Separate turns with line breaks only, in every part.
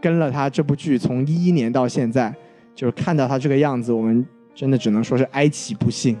跟了他这部剧从一一年到现在，就是看到他这个样子，我们真的只能说是哀其不幸。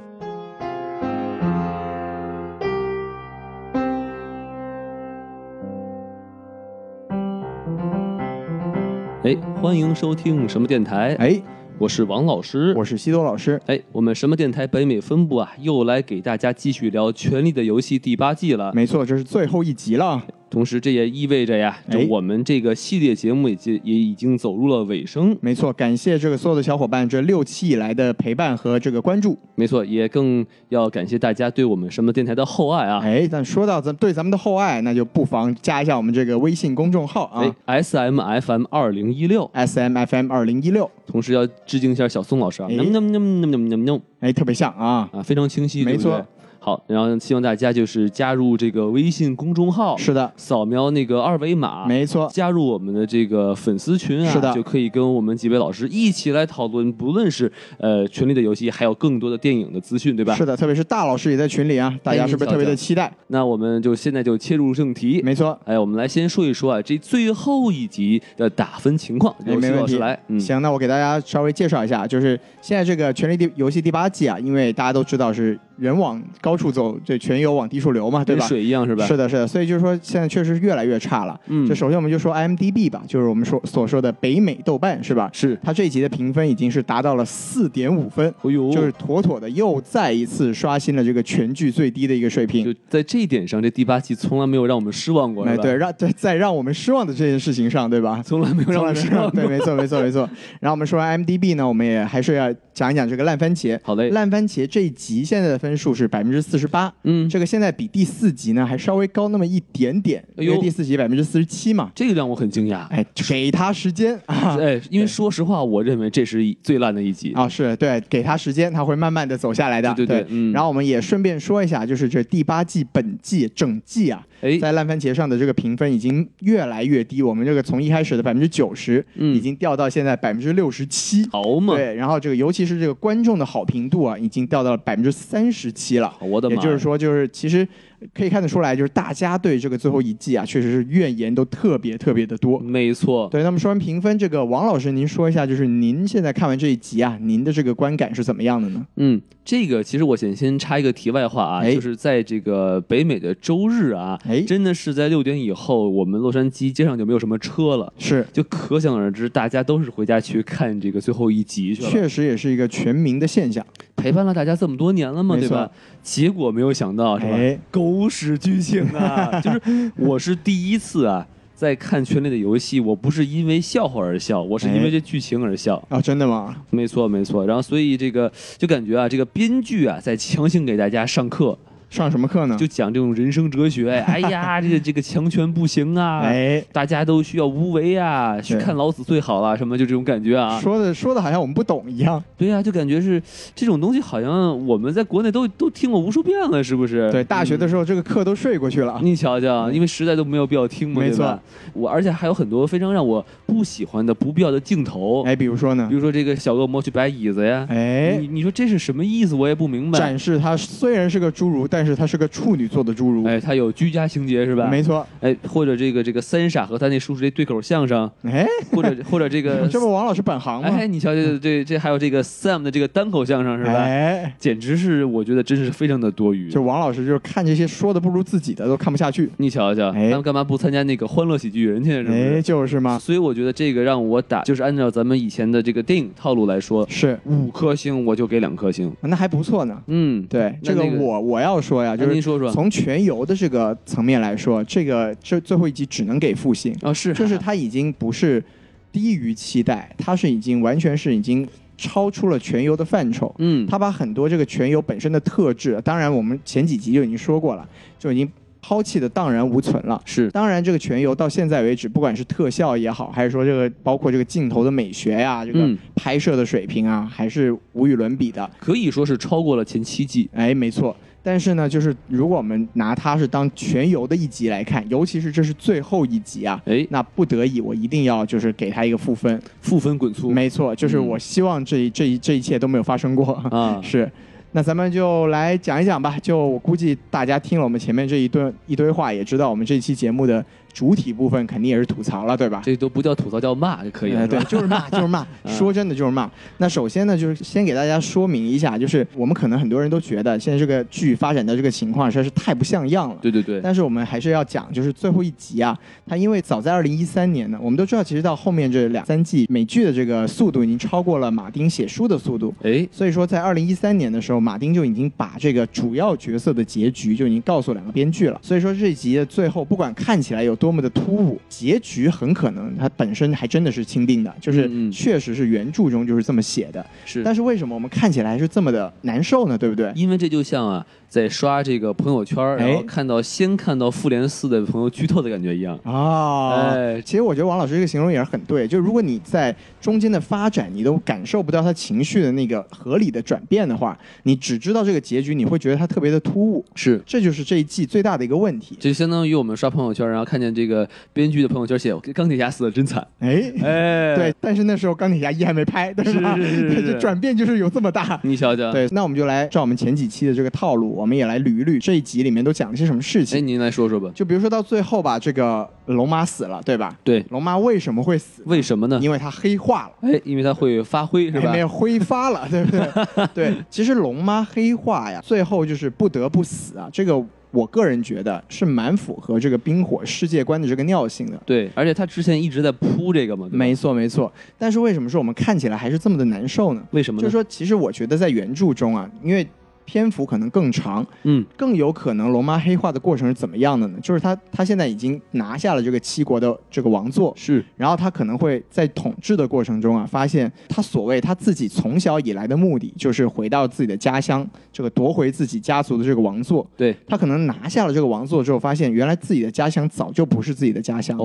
哎，欢迎收听什么电台？
哎，
我是王老师。
我是西多老师，
哎，我们什么电台北美分部啊，又来给大家继续聊《权力的游戏》第八季了。
没错，这是最后一集了。
同时，这也意味着呀，
哎
这我们这个系列节目已经也已经走入了尾声。
没错，感谢这个所有的小伙伴这六期以来的陪伴和这个关注。
没错，也更要感谢大家对我们什么电台的厚爱啊！
哎，但说到咱对咱们的厚爱，那就不妨加一下我们这个微信公众号啊
哎，S M F M 二零一六，
，S M F M 二零一六，
同时要致敬一下小宋老师啊，
哎
能能能能能能能
哎，特别像啊。
啊，非常清晰，
没错
对不对。好，然后希望大家就是加入这个微信公众号，
是的，
扫描那个二维码，
没错，
加入我们的这个粉丝群啊，
是的
就可以跟我们几位老师一起来讨论，不论是呃《权力的游戏》，还有更多的电影的资讯，对吧？哎
是的，特别是大老师也在群里啊，大家是不是特别的期待？
那我们就现在就切入正题。
没错，
哎，我们来先说一说啊，这最后一集的打分情况，
哎
由
没
徐
问
老师
题
来。嗯，
行，那我给大家稍微介绍一下，就是现在这个《权力的游戏》第八季啊，因为大家都知道是人往高处走，这全友往低处流嘛，对
跟
吧？
水一样是吧？
是的，是的，所以就是说现在确实是越来越差了。
嗯
这首先我们就说 IMDB 吧，就是我们说所说的北美豆瓣是吧？
是，
它这一集的评分已经是达到了四点五分，
哎呦，
就是妥妥的又再一次刷新了这个全剧最低的一个水平。
就在这一点上，这第八季从来没有让我们失望过，
哎，
是吧？
对，，让对在让我们失望的这件事情上，对吧？
从来没有让我们失望
对，
过。
没错，没错，没错。然后我们说完 MDB 呢，我们也还是要讲一讲这个烂番茄。
好嘞，
烂番茄这一集现在的分数是百分之四十八，
嗯，
这个现在比第四集呢还稍微高那么一点点，
哎
因
呦
为第四集百分之四十七嘛。
这个让我很惊 讶。
哎，给他时间啊
哎，因为说实话，我认为这是一最烂的一集。
啊，是对，给他时间，他会慢慢的走下来的。
对对
对
对嗯
然后我们也顺便说一下，就是这第八季本季整季啊，
哎，
在烂番茄上的这个评分已经越来越低，我们这个从一开始的百分之九十，
嗯
已经掉到现在百分之六十七。
好嘛，
对，然后这个尤其是这个观众的好评度啊，已经掉到了百分之三十七了。
啊我的
也
妈呀！
就是说，就是其实可以看得出来，就是大家对这个最后一季啊，确实是怨言都特别特别的多。
没错，
对，那么说完评分，这个王老师，您说一下，就是您现在看完这一集啊，您的这个观感是怎么样的呢？
嗯，这个其实我先先插一个题外话啊，
哎
就是在这个北美的周日啊，
哎
真的是在六点以后，我们洛杉矶街上就没有什么车了，
是，
就可想而知，大家都是回家去看这个最后一集去了。
确实也是一个全民的现象。
陪伴了大家这么多年了嘛，
没
对
错
吧？结果没有想到是吧？
哎
狗屎剧情 啊！就是我是第一次啊，在看《权力的游戏》，我不是因为笑话而笑，我是因为
哎
这剧情而笑。
啊，真的吗？
没错，没错。然后，所以这个就感觉啊，这个编剧啊，在强行给大家上课，
上什么课呢？
就讲这种人生 哲学。哎呀，这个这个强权不行啊，
哎，
大家都需要无为啊，去
对
看老子最好了，什么就这种感觉啊。
说的说的好像我们不懂一样。
对啊呀、就感觉是这种东西，好像我们在国内都都听过无数遍了，是不是？
对，大学
嗯
的时候这个课都睡过去了。
你瞧瞧，
嗯
因为实在都没有必要听嘛，
没
对吧？我而且还有很多非常让我不喜欢的不必要的镜头，
哎，比如说呢
比？如说这个小恶魔去摆椅子呀，
哎
你，你说这是什么意思？我也不明嗯白。
展示她虽然是个侏儒，但是她是个处女座的侏儒。
哎，他有居家情节是吧？
没错。
哎，或者这个这个三傻和他那叔叔这对口相声，
哎，
或者或者这 个
这不王老师本行吗？
哎，你瞧这这这还有这个 Sam 的这个单口相声是吧？
哎，
简直是我觉得真是非常的多余。
就王老师就是看这些说的不如自己的都看不下去。
你瞧瞧，
哎
他们干嘛不参加那个欢乐喜剧人去？是不
哎，
是？
就是嘛，
所以我觉得这个让我打，就是按照咱们以前的这个电影套路来说，
是，
五颗星我就给两颗星。
那还不错呢。
嗯，
对，
那
这个
那个
我我要说呀，
那
就
您
是
说说
从全游的这个层面来说，这个这最后一集只能给负星，
啊， 是
就是它已经不是低于期待，它是已经完全是已经超出了全游的范畴。
嗯，
他把很多这个全游本身的特质，当然我们前几集就已经说过了，就已经抛弃的荡然无存了。
是
当然，这个全游到现在为止，不管是特效也好，还是说这个包括这个镜头的美学呀、这个
嗯
拍摄的水平啊，还是无与伦比的。
可以说是超过了前七季。
哎，没错。但是呢，就是如果我们拿它是当全游的一集来看，尤其是这是最后一集啊，
哎，
那不得已我一定要就是给它一个负分。
负分滚粗
没错，就是
嗯
我希望这一这一这一切都没有发生过。
啊，
是，那咱们就来讲一讲吧。就我估计大家听了我们前面这一顿一堆话，也知道我们这期节目的主体部分肯定也是吐槽了，对吧？
这都不叫吐槽，叫骂就可以了。
呃
是吧
对，就是骂，就是骂。
嗯
说真的，就是骂。那首先呢，就是先给大家说明一下，就是我们可能很多人都觉得现在这个剧发展的这个情况实在是太不像样了。
对对对，
但是我们还是要讲，就是最后一集啊，它因为早在二零一三年呢，我们都知道，其实到后面这两三季美剧的这个速度已经超过了马丁写书的速度。
哎，
所以说，在二零一三年的时候，马丁就已经把这个主要角色的结局就已经告诉两个编剧了。所以说，这集的最后，不管看起来有多么的突兀，结局很可能它本身还真的是钦定的，就是
嗯嗯
确实是原著中就是这么写的。
是，
但是为什么我们看起来还是这么的难受呢？对不对？
因为这就像啊，在刷这个朋友圈儿，
哎
然后看到先看到复联四的朋友剧透的感觉一样。
啊，
哎，
其实我觉得王老师这个形容也是很对，就是如果你在中间的发展你都感受不到他情绪的那个合理的转变的话，你只知道这个结局，你会觉得它特别的突兀，
是。
这就是这一季最大的一个问题。
就相当于我们刷朋友圈，然后看见这个编剧的朋友圈写“钢铁侠死的真惨
哎”，，
哎，
对，，但是那时候钢铁侠一还没拍，对吧？
是是是是
这转变就是有这么大。
你瞧瞧，，
对，那我们就来照我们前几期的这个套路，我们也来捋一捋这一集里面都讲了些什么事
哎，
情。
您来说说吧，
就比如说到最后吧，这个龙妈死了，对吧？
对，
龙妈为什么会死？
为什么呢？
因为她黑化了。
哎，因为他会发挥是
还
吧
没？有挥发了，对不对？ 对，其实龙妈黑化呀，最后就是不得不死啊。这个我个人觉得是蛮符合这个冰火世界观的这个尿性的。
对，而且他之前一直在铺这个嘛，对吧
没错，没错。但是为什么说我们看起来还是这么的难受呢？
为什么
就是
呢？
说，其实我觉得在原著中啊，因为篇幅可能更长，
嗯，
更有可能龙妈黑化的过程是怎么样的呢？就是她她现在已经拿下了这个七国的这个王座，
是
然后她可能会在统治的过程中啊，发现她所谓她自己从小以来的目的，就是回到自己的家乡，这个夺回自己家族的这个王座。
对，
她可能拿下了这个王座之后，发现原来自己的家乡早就不是自己的家乡了。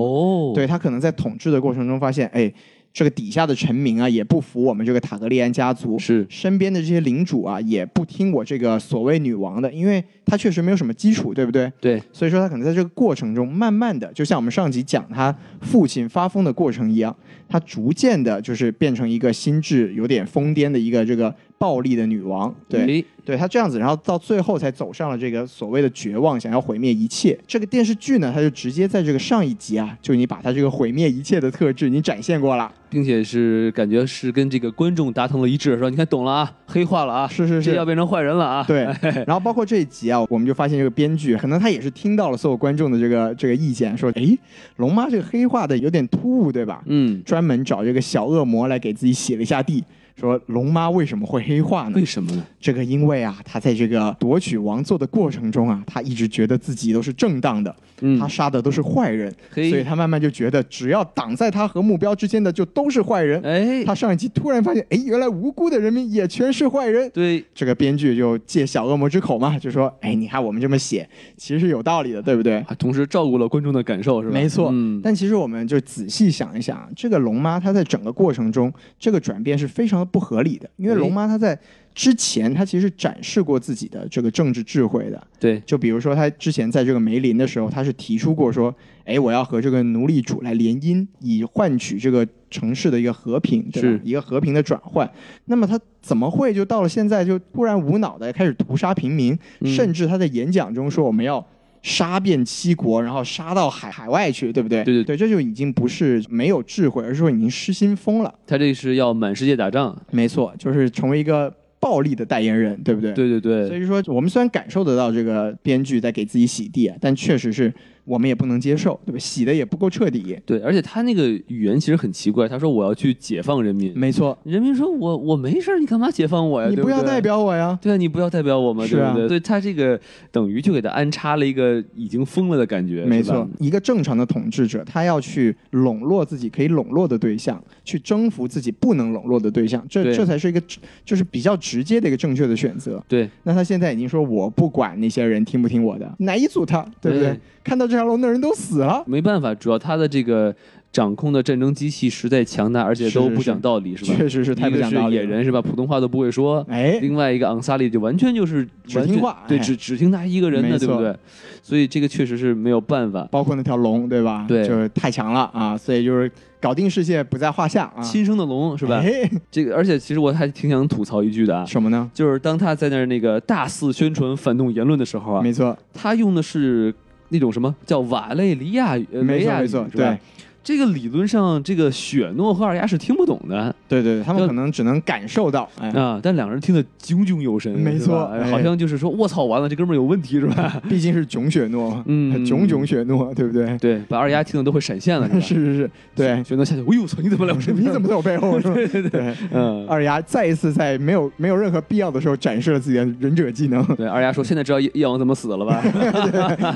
嗯
哦，
对他可能在统治的过程中发现，哎，这个底下的臣民啊也不服我们这个塔格利安家族，
是
身边的这些领主啊也不听我这个所谓女王的，因为她确实没有什么基础，对不对？
对，
所以说他可能在这个过程中，慢慢的，就像我们上集讲他父亲发疯的过程一样，他逐渐的就是变成一个心智有点疯癫的一个这个暴力的女王，对。
哎，
对他这样子，然后到最后才走上了这个所谓的绝望，想要毁灭一切。这个电视剧呢，它就直接在这个上一集啊，就你把它这个毁灭一切的特质，你展现过了。
并且是感觉是跟这个观众达成了一致，说你看懂了啊，黑化了啊，
是是
这要
是，
变成坏人了啊，
对。然后包括这一集啊，我们就发现这个编剧可能他也是听到了所有观众的这个这个意见，说，诶，龙妈这个黑化的有点突兀，对吧？
嗯，
专门找这个小恶魔来给自己洗了一下地，说龙妈为什么会黑化呢
为？什么呢？
这个因为啊，她在这个夺取王座的过程中啊，她一直觉得自己都是正当的，
嗯
他，杀的都是坏人，
嘿
所以他慢慢就觉得只要挡在他和目标之间的就都是坏人。
哎，
他上一集突然发现，哎，原来无辜的人民也全是坏人。
对，
这个编剧就借小恶魔之口嘛，就说，哎，你看我们这么写，其实是有道理的，对不对？
还同时照顾了观众的感受是吧？
没错
嗯，
但其实我们就仔细想一想，这个龙妈她在整个过程中，这个转变是非常不合理的，因为
哎
龙妈她在之前她其实展示过自己的这个政治智慧的，
对，
就比如说，他之前在这个梅林的时候，他是提出过说，哎，我要和这个奴隶主来联姻，以换取这个城市的一个和平，对吧
是
一个和平的转换。那么他怎么会就到了现在就突然无脑的开始屠杀平民，
嗯
甚至他在演讲中说我们要。杀遍七国，然后杀到海海外去，对不对？
对对
对，这就已经不是没有智慧，而是说已经失心疯了。
他这是要满世界打仗，
没错，就是成为一个暴力的代言人，对不对？
对
所
对对，
以说，我们虽然感受得到这个编剧在给自己洗地啊，但确实是我们也不能接受，对吧？洗的也不够彻底。
对，而且他那个语言其实很奇怪，他说我要去解放人民，
没错，
人民说我我没事儿，你干嘛解放我呀？
嗯你
对
不
不
要
对
代。表我呀。
对啊，你不要代表我嘛，
是啊
对不对？所以他这个等于就给他安插了一个已经疯了的感觉，
没
是吧
错，一个正常的统治者，他要去笼络自己可以笼络的对象，去征服自己不能笼络的对象，这
对
这才是一个就是比较直接的一个正确的选择。
对，
那他现在已经说我不管那些人听不听我的，哪一组他，对不对？
对
看到这条龙的人都死了，
没办法，主要他的这个掌控的战争机器实在强大，而且都
是是
不讲道理，是吧？
确实是太不讲道理
一个是野
了。
人是吧？普通话都不会说。
哎，
另外一个昂萨利就完全就是
只
完全
听话
对，
哎
只只听他一个人
没
的，
错
对不对？所以这个确实是没有办法，
包括那条龙，对吧？
对
就是太强了啊，所以就是搞定世界不在话下啊，
亲生的龙是吧？
哎
这个，而且其实我还挺想吐槽一句的啊，
什么呢？
就是当他在那儿那个大肆宣传反动言论的时候啊，
没错，
他用的是那种什么叫瓦累里亚呃
没
维
错
亚
没
语
错，
是吧
对
这个理论上，这个雪诺和尔雅是听不懂的
对对，他们
就
可能只能感受到，哎，
啊，但两个人听得炯炯有神，
没
是吧
错
哎
哎
好像就是说，我操，完了，这哥们儿有问题是 吧？
毕竟是囧雪诺，
嗯
囧囧雪诺，对不对？
对，把二丫听得都会闪 现了，
是
是吧？
是是，对，
雪诺下去，哎呦，操，你怎么来我 身
你
边？
怎么在我背后 是吧？
对对对，
对，
嗯，
二丫再一次在没有没有任何必要的时候展示了自己的忍者技能，
对，二丫说，现在知道夜夜王怎么死 了吧？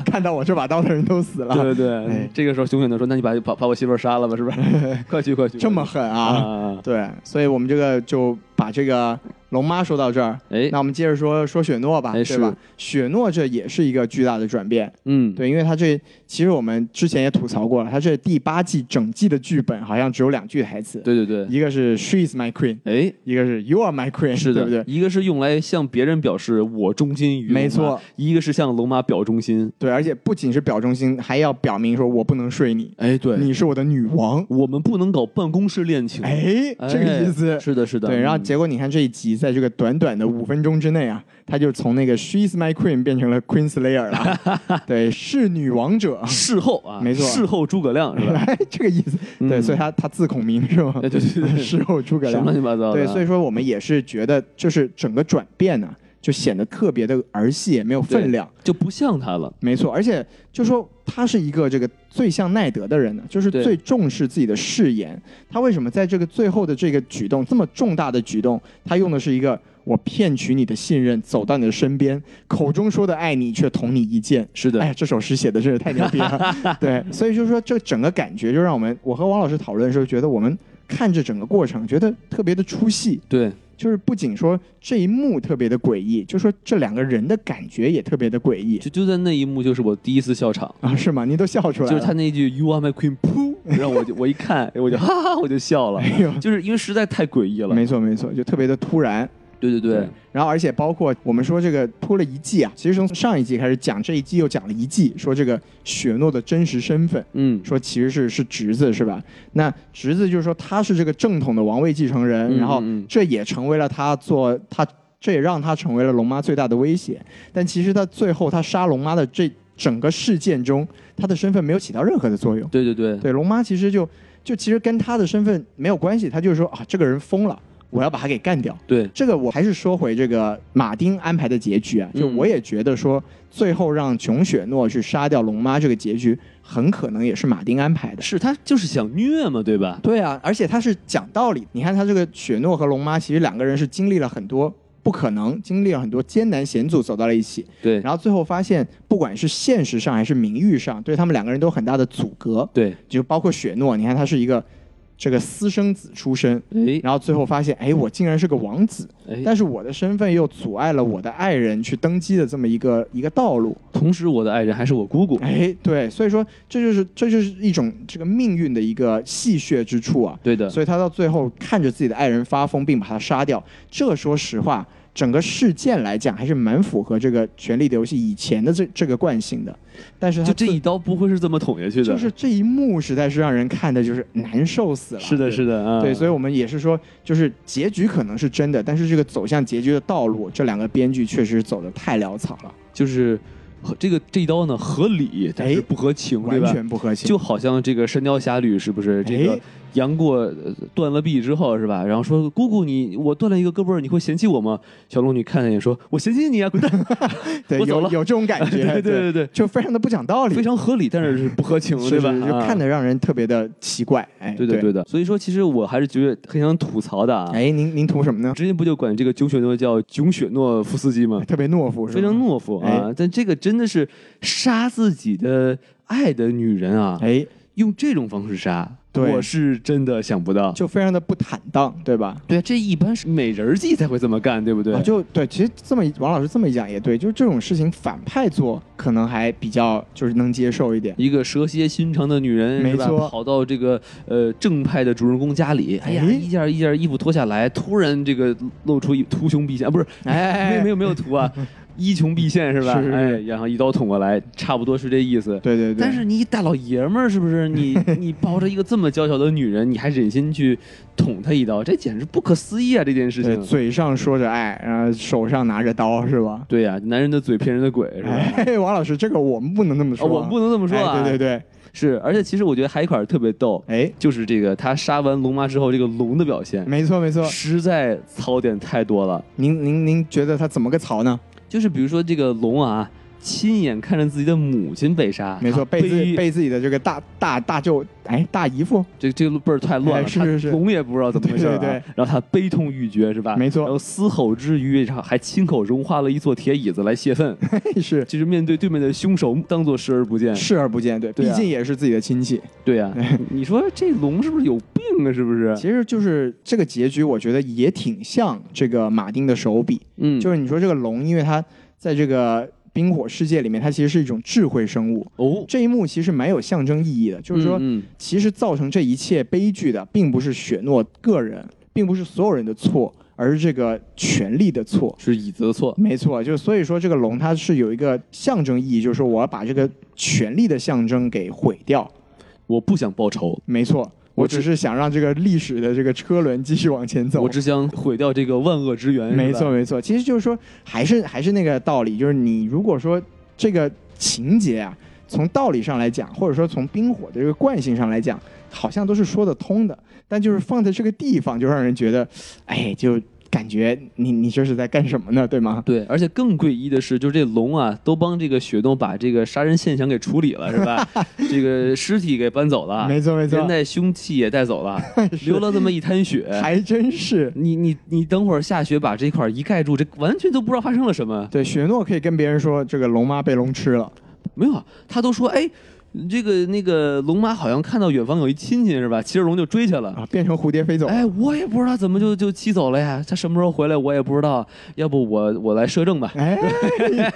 看到我这把刀的人都死了，
啊对对对
哎，
这个时候熊雪诺说，那你把把把我媳妇儿杀了 吧，是不是？快去快去，
这么狠
啊
啊！
啊！
对，所以我们这个就把这个龙妈说到这儿，
哎
那，我们接着说说雪诺吧，
哎
对吧
是？
雪诺这也是一个巨大的转变，
嗯，
对，因为他这其实我们之前也吐槽过了，他这第八季整季的剧本好像只有两句台词，
对对
一个是 She is my queen，
对，
一个是 You are my queen，
哎，是的，
对不对？
一个是用来向别人表示我忠心于龙妈
没错，
一个是向龙妈表忠心。
对，而且不仅是表忠心，还要表明说我不能睡你，
哎，对，
你是我的女王。
我们不能搞办公室恋情。
哎，
哎，
这个意思。
是的，是的。
对，然后
嗯
结果你看这一集，在这个短短的五分钟之内啊，他就从那个 She's My Queen 变成了 Queen Slayer 了，对，是女王者，
事后啊，
没错
事后诸葛 亮是吧？
哎，这个意思。对，
嗯
所以他他自孔明是吗？
哎对对对
事后 诸葛
什
亮。
么乱七八糟的啊。
对，所以说我们也是觉得，就是整个转变呢、就显得特别的儿戏，也没有分量。
就不像他了。
没错，而且就说他是一个这个最像奈德的人呢，就是
对
最重视自己的誓言。他为什么在这个最后的这个举动这么重大的举动，他用的是一个我骗取你的信任，走到你的身边，口中说的爱你，却同你一见。
是
哎
的，
呀，这首诗写的真是太牛逼 了。对，所以就是说这整个感觉就让我们，我和王老师讨论的时候，觉得我们看这整个过程，觉得特别的出戏。
对，
就是不仅说这一幕特别的诡异，就说这两个人的感觉也特别的诡异
就就在那一幕，就是我第一次笑场，
啊，是吗？你都笑出来
就
了，
是他那句 “You are my queen”，噗，让 我就我一看，我就哈哈哈，我就笑了，
哎呦，
就是因为实在太诡异了。
没错没错，就特别的突然。
对对对
对，然后而且包括我们说这个拖了一季啊，其实从上一季开始讲，这一季又讲了一季，说这个雪诺的真实身份，
嗯，
说其实是是侄子是吧？那侄子就是说他是这个正统的王位继承人，
嗯
然后
嗯嗯
这也成为了他做他这也让他成为了龙妈最大的威胁。但其实他最后他杀龙妈的这整个事件中，他的身份没有起到任何的作用。
对对对，
对龙妈其实就就其实跟他的身份没有关系，他就是说啊这个人疯了，我要把他给干掉。
对，
这个我还是说回这个马丁安排的结局啊，就
嗯
我也觉得说，最后让琼雪诺去杀掉龙妈这个结局，很可能也是马丁安排的。
是他就是想虐嘛，对吧？
对啊，而且他是讲道理。你看他这个雪诺和龙妈，其实两个人是经历了很多不可能，经历了很多艰难险阻走到了一起，
对
然后最后发现，不管是现实上还是名誉上，对他们两个人都有很大的阻隔。
对，
就包括雪诺，你看他是一个这个私生子出身，
哎
然后最后发现，哎，我竟然是个王子。
哎，
但是我的身份又阻碍了我的爱人去登基的这么一个一个道路。
同时我的爱人还是我姑姑。
哎，对，所以说这就是这就是一种这个命运的一个戏谑之处啊。
对的，
所以他到最后看着自己的爱人发疯，并把他杀掉，这说实话，整个事件来讲还是蛮符合这个《权力的游戏》以前的这这个惯性的。但是他
就这一刀不会是这么捅下去的，
就是这一幕实在是让人看的就是难受死了。
是的，
对
是的啊，
对，所以
以
我们也是说，就是结局可能是真的，但是这个走向结局的道路，这两个编剧确实走的太潦草了，
就是和这个这一刀呢合理，但是
哎
不合情，
完
对吧？
全不合情。
就好像这个《神雕侠侣》是不是这个
哎
杨过呃断了臂之后是吧？然后说姑姑你我断了一个胳膊儿，你会嫌弃我吗？小龙女看了一眼说：“我嫌弃你啊，滚蛋
对，
我走
有
了
有这种感 觉，
对对对对
就非常的不讲道！”理，
非常合理，但是是不合情，
是
对吧
是？就
啊
看得让人特别的奇怪。哎，
对
对
的对的。所以说，其实我还是觉得很想吐槽的啊。
哎，您您图什么呢？
之前不就管这个囧雪诺叫囧雪诺夫斯基吗？
特别懦夫是吧？
嗯非常。懦夫
哎
啊！但这个真的是杀自己的爱的女人啊，
哎，
用这种方式杀，
对
我是真的想不到。
就非常的不坦荡，对吧？
对，这一般是美人计才会这么干，对不对？
啊，就对，其实这么一王老师这么一讲也对，就是这种事情反派做可能还比较就是能接受一点。
一个蛇蝎心肠的女人，
没
是吧
错
跑到这个呃正派的主人公家里，哎呀，
哎
一件一件衣服脱下来，突然这个露出一图胸陛下，啊不是，
哎哎哎
没有没有没有图啊，一穷必现是吧？
是是是
哎，然后一刀捅过来，差不多是这意思。
对对对。
但是你一大老爷们儿，是不是？ 你你抱着一个这么娇小的女人，你还忍心去捅她一刀，这简直不可思议啊！这件事
对
情，
嘴上说着爱，然后手上拿着刀，是吧？
对呀、男人的嘴骗人的鬼是吧？
哎，王老师，这个我们不能那么
啊
说啊、
我们不能这么说啊！
哎对对对，
是，而且其实我觉得还有一款特别逗，
哎，
就是这个他杀完龙妈之后，这个龙的表现
没错没错。
实在槽点太多了。
您您您觉得他怎么个槽呢？
就是比如说这个龙啊，亲眼看着自己的母亲被杀，
没
他
错，被自
悲
被自己的这个大大大舅，哎，大姨夫，
这这个辈儿太乱
哎
了，
是
他
是是
龙也不知道怎么回事、啊，
对对对
然后他悲痛欲绝是吧？
没错
然后嘶吼之余，然后还亲口融化了一座铁椅子来泄愤，
嘿哎是
就是面对对面的凶手，当做视而不见。
视而不见，对，
嗯对
毕
啊
竟也是自己的亲戚。
对啊呀、 你说这龙是不是有病啊？是不是？
其实就是这个结局，我觉得也挺像这个马丁的手笔，
嗯，
就是你说这个龙，因为它在这个冰火世界里面，它其实是一种智慧生物。
哦，
这一幕其实蛮有象征意义的，就是说，
嗯嗯
其实造成这一切悲剧的，并不是雪诺个人，并不是所有人的错，而是这个权力的错。
是椅子的错。
没错，就所以说这个龙它是有一个象征意义，就是说我要把这个权力的象征给毁掉。
我不想报仇，
没错，我
我只
只是想让这个历史的这个车轮继续往前走
我。只想毁掉这个万恶之源。是吧
没错，，没错，其实就是说，还是还是那个道理，就是你如果说这个情节啊，从道理上来讲，或者说从冰火的这个惯性上来讲，好像都是说得通的，但就是放在这个地方，就让人觉得，哎，就感觉你你这是在干什么呢，对吗？
对，而且更诡异的是，就是这龙啊，都帮这个雪洞把这个杀人现象给处理了，是吧？ 这个尸体给搬走了，
没错，没
连
错，
带凶器也带走 了，
是
留了这么一滩血。
还真是。
你你你等会儿下雪把这块儿一盖住，这完全都不知道发生了什么。
对，雪诺可以跟别人说，这个龙妈被龙吃了。
没有，啊，他都说哎，这个那个龙妈好像看到远方有一亲戚是吧？骑着龙就追去了。
啊，变成蝴蝶飞走。
哎，我也不知道怎么就就骑走了呀，他什么时候回来我也不知道，要不我我来摄政吧，
哎，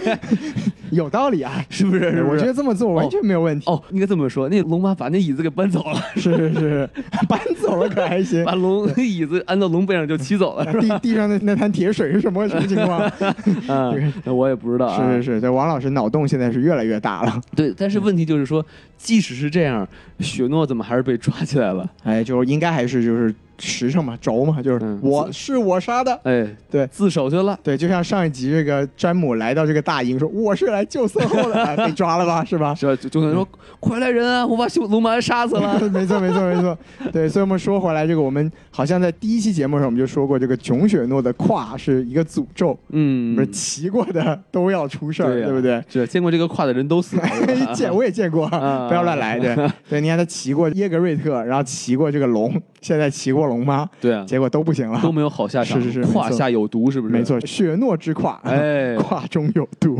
有道理啊！
是不是？是不是
我觉得这么做完全没有问题。
哦，应该这么说，那龙妈把那椅子给搬走 了，
是是是，搬走了可还行。
把龙椅子按到龙背上就骑走了，是 吧？
地地上那那滩铁水是什么什么情 况？
啊，那我也不知道啊。
是嗯是是，这王老师脑洞现在是越来越大了。
对，但是问题就是说，即使是这样，雪诺怎么还是被抓起来了？
哎，就是应该还是就是实诚嘛，轴嘛，就是
嗯
我是我杀的。
哎，
对
自首去了。
对，就像上一集这个詹姆来到这个大营说我是来救色后 的，哎被抓了吧，是 吧？
是吧？就就可能
嗯
说，快来人啊！我把熊龙妈杀死 了。
没错，没错，没错。对，所以我们说回来，这个我们好像在第一期节目上我们就说过，这个琼雪诺的胯是一个诅咒，
嗯
不是，骑过的都要出事儿，
呀
对不 对？？
是见过这个胯的人都死了。是吧
见我也见过，
啊
不要乱来。对对，你看他骑过耶格瑞特，然后骑过这个龙， 现在骑过龙妈，
对啊，
结果都不行了。
都没有好下场。
是是是
胯
没错
下有毒，是不是？
没。错，雪诺之胯，
哎，
胯中有毒，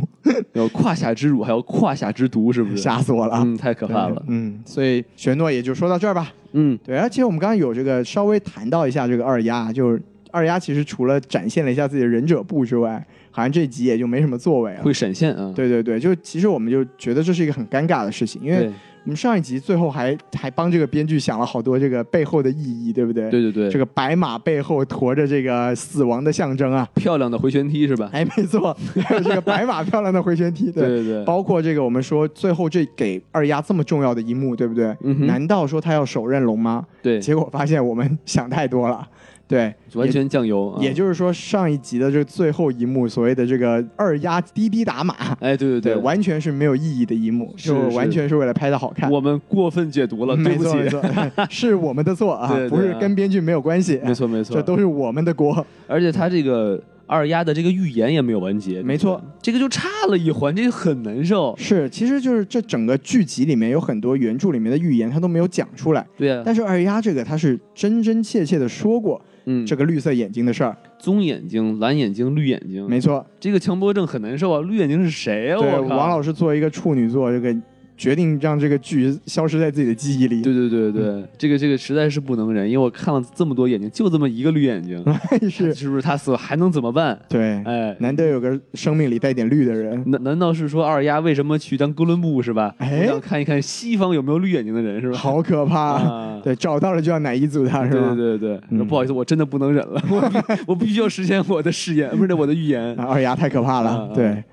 有胯下之辱，还有胯下之毒，是不是？
吓死我了啊！
嗯，太可怕了。
嗯，所以雪诺也就说到这儿吧。
嗯，
对，而且我们刚刚有这个稍微谈到一下这个二丫，就是二丫其实除了展现了一下自己的忍者步之外，好像这集也就没什么作为了。
会闪现啊。
对对对，就其实我们就觉得这是一个很尴尬的事情，因为
对
我们上一集最后还还帮这个编剧想了好多这个背后的意义，对不对？
对对对，
这个白马背后驮着这个死亡的象 征啊，
漂亮的回旋踢是吧？
哎，没错，还有这个白马漂亮的回旋踢，对，
对对对，
包括这个我们说最后这给二丫这么重要的一幕，对不对？
嗯哼
难道说他要手刃龙吗？
对，
结果发现我们想太多了，对，
完全酱油，啊
也也就是说上一集的这最后一幕，所谓的这个二丫滴滴打马。
哎，对对
对，
对，
完全是没有意义的一幕，
是
就是完全是为了拍的好看。
我们过分解读了，对
没
不
错没
起，
错，是我们的错啊
对，对
不是
啊
跟编剧没有关系，
没错没错，
这都是我们的锅。
而且他这个二丫的这个预言也没有完结，
没错
对不对，这个就差了一环，这个很难受，
是，其实就是这整个剧集里面有很多原著里面的预言，他都没有讲出来。
对啊呀，
但是二丫这个，他是真真切切的说过
嗯，
这个绿色眼睛的事儿，
棕眼睛、蓝眼睛、绿眼睛，
没错。
这个强迫症很难受啊，绿眼睛是谁啊？
对，
嗯我
王
靠，
老师作为一个处女座，这个决定让这个剧消失在自己的记忆里。
对对对对，这个这个实在是不能忍，因为我看了这么多眼睛，就这么一个绿眼睛，
是，
是不是他死了还能怎么办？
对，
哎，
难得有个生命里带点绿的人。
难难道是说二丫为什么去当哥伦布是吧？
哎
我想看一看西方有没有绿眼睛的人是吧？
好可怕！
啊，
对，找到了就要奶一组他，
对
是吧？
对对对，
嗯
说不好意思，我真的不能忍了，我 必我必须要实现我的誓言，不是我的预言。
啊，二丫太可怕了
嗯。嗯
对，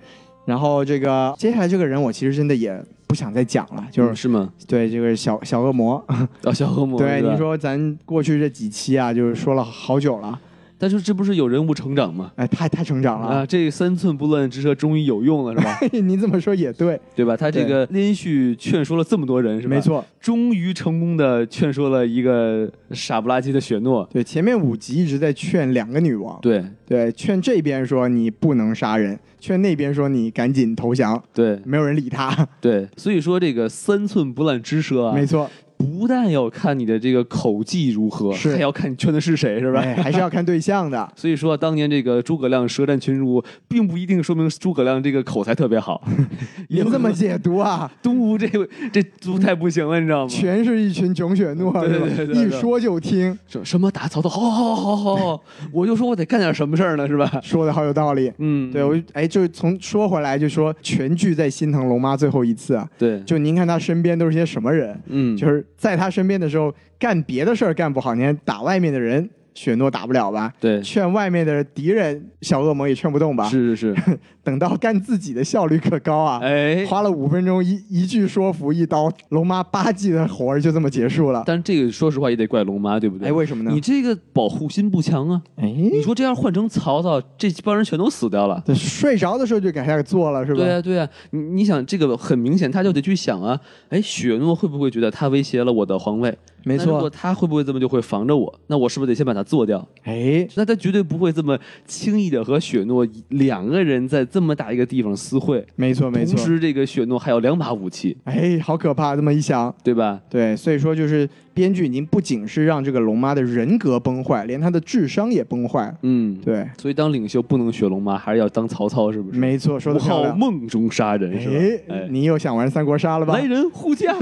然后这个接下来这个人，我其实真的也不想再讲了，就是
嗯是吗？
对这个小小恶魔。
啊，小恶魔。
对，
是吧
你，说咱过去这几期啊，就是说了好久了，
但是这不是有人物成长吗？
哎，太太成长了。
啊，这三寸不烂之舌终于有用了，是吧？
你这么说也对，
对吧？他这
对
个连续劝说了这么多人，是吧？
没，错。
终于成功的劝说了一个傻不拉几的雪诺。
对，前面五集一直在劝两个女王，
对
对，劝这边说你不能杀人，劝那边说你赶紧投降，
对
没有人理他。
对，所以说这个三寸不烂之舌 啊，
没错，
不但要看你的这个口技如何，
是
还要看你劝的是谁，是吧？
哎，还是要看对象 的。
所以说，当年这个诸葛亮舌战群儒，并不一定说明诸葛亮这个口才特别好。 也
您
不
这么解读啊？
东吴这位这都太不行了，你知道吗？
全是一群穷雪诺，
对
是吧
对对对
一
对
说就听，
什什么打曹操？好好好好好好，我就说我得干点什么事儿呢，是吧？
说的好有道理。
嗯，
对，我就哎，就是从说回来，就说全剧在心疼龙妈最后一次啊。
对，
就您看她身边都是些什么人，
嗯，
就是在她身边的时候干别的事儿干不好，你还打外面的人，雪诺打不了吧？
对，
劝外面的敌人，小恶魔也劝不动吧？
是是是，
等到干自己的效率可高啊！
哎，
花了五分钟一一句说服，一刀，龙妈八 G 的活儿就这么结束了。
但是这个说实话也得怪龙妈，对不对？
哎，为什么呢
你？这个保护心不强啊！
哎，
你说这样换成曹操，这帮人全都死掉了。
对睡着的时候就给他给做了是吧？
对啊，对啊，你你想这个很明显，他就得去想啊，哎，雪诺会不会觉得他威胁了我的皇位？
没
那如果
错。
他会不会这么就会防着我？那我是不是得先把他做掉？
哎，
那他绝对不会这么轻易的和雪诺一两个人在这么大一个地方私会。
没错没
同
错。
时，这个雪诺还有两把武器，
哎，好可怕！这么一想，
对吧？
对，所以说就是编剧已经不仅是让这个龙妈的人格崩坏，连她的智商也崩坏了。
嗯，。
对，
所以当领袖不能学龙妈，还是要当曹操，是不是？
没错，说
不
的漂
好
亮。
梦中杀人，是吧？
哎
哎，
你又想玩三国杀了吧
来？人护 驾。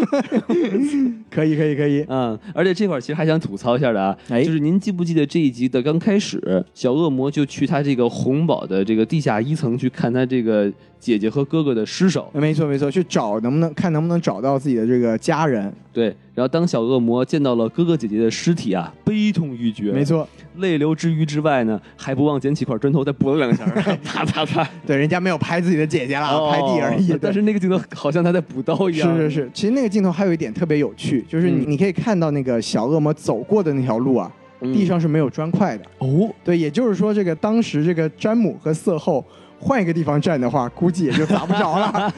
可以，可以，可以。
嗯，而且这块儿其实还想吐槽一下的啊，
哎
就是您记不记得这一集的刚开始，小恶魔就去他这个红堡的这个地下一层去看他这个姐姐和哥哥的尸首。
没错，没错，去找能不能看能不能找到自己的这个家人。
对，然后当小恶魔见到了哥哥姐姐的尸体啊，悲痛欲绝，
没，错，
泪流之余之外呢，还不忘捡起块砖头再拨了两下儿，啪啪啪，
对，人家没有拍自己的姐姐啦，
哦
拍地而已。
但是那个镜头好像他在补刀一
对
样，
是是是，其实那个镜头还有一点特别有趣，就是你、
嗯
你可以看到那个小恶魔走过的那条路啊，
嗯
地上是没有砖块的。
哦，
对，也就是说，这个当时这个詹姆和色后换一个地方站的话，估计也就砸不着 了。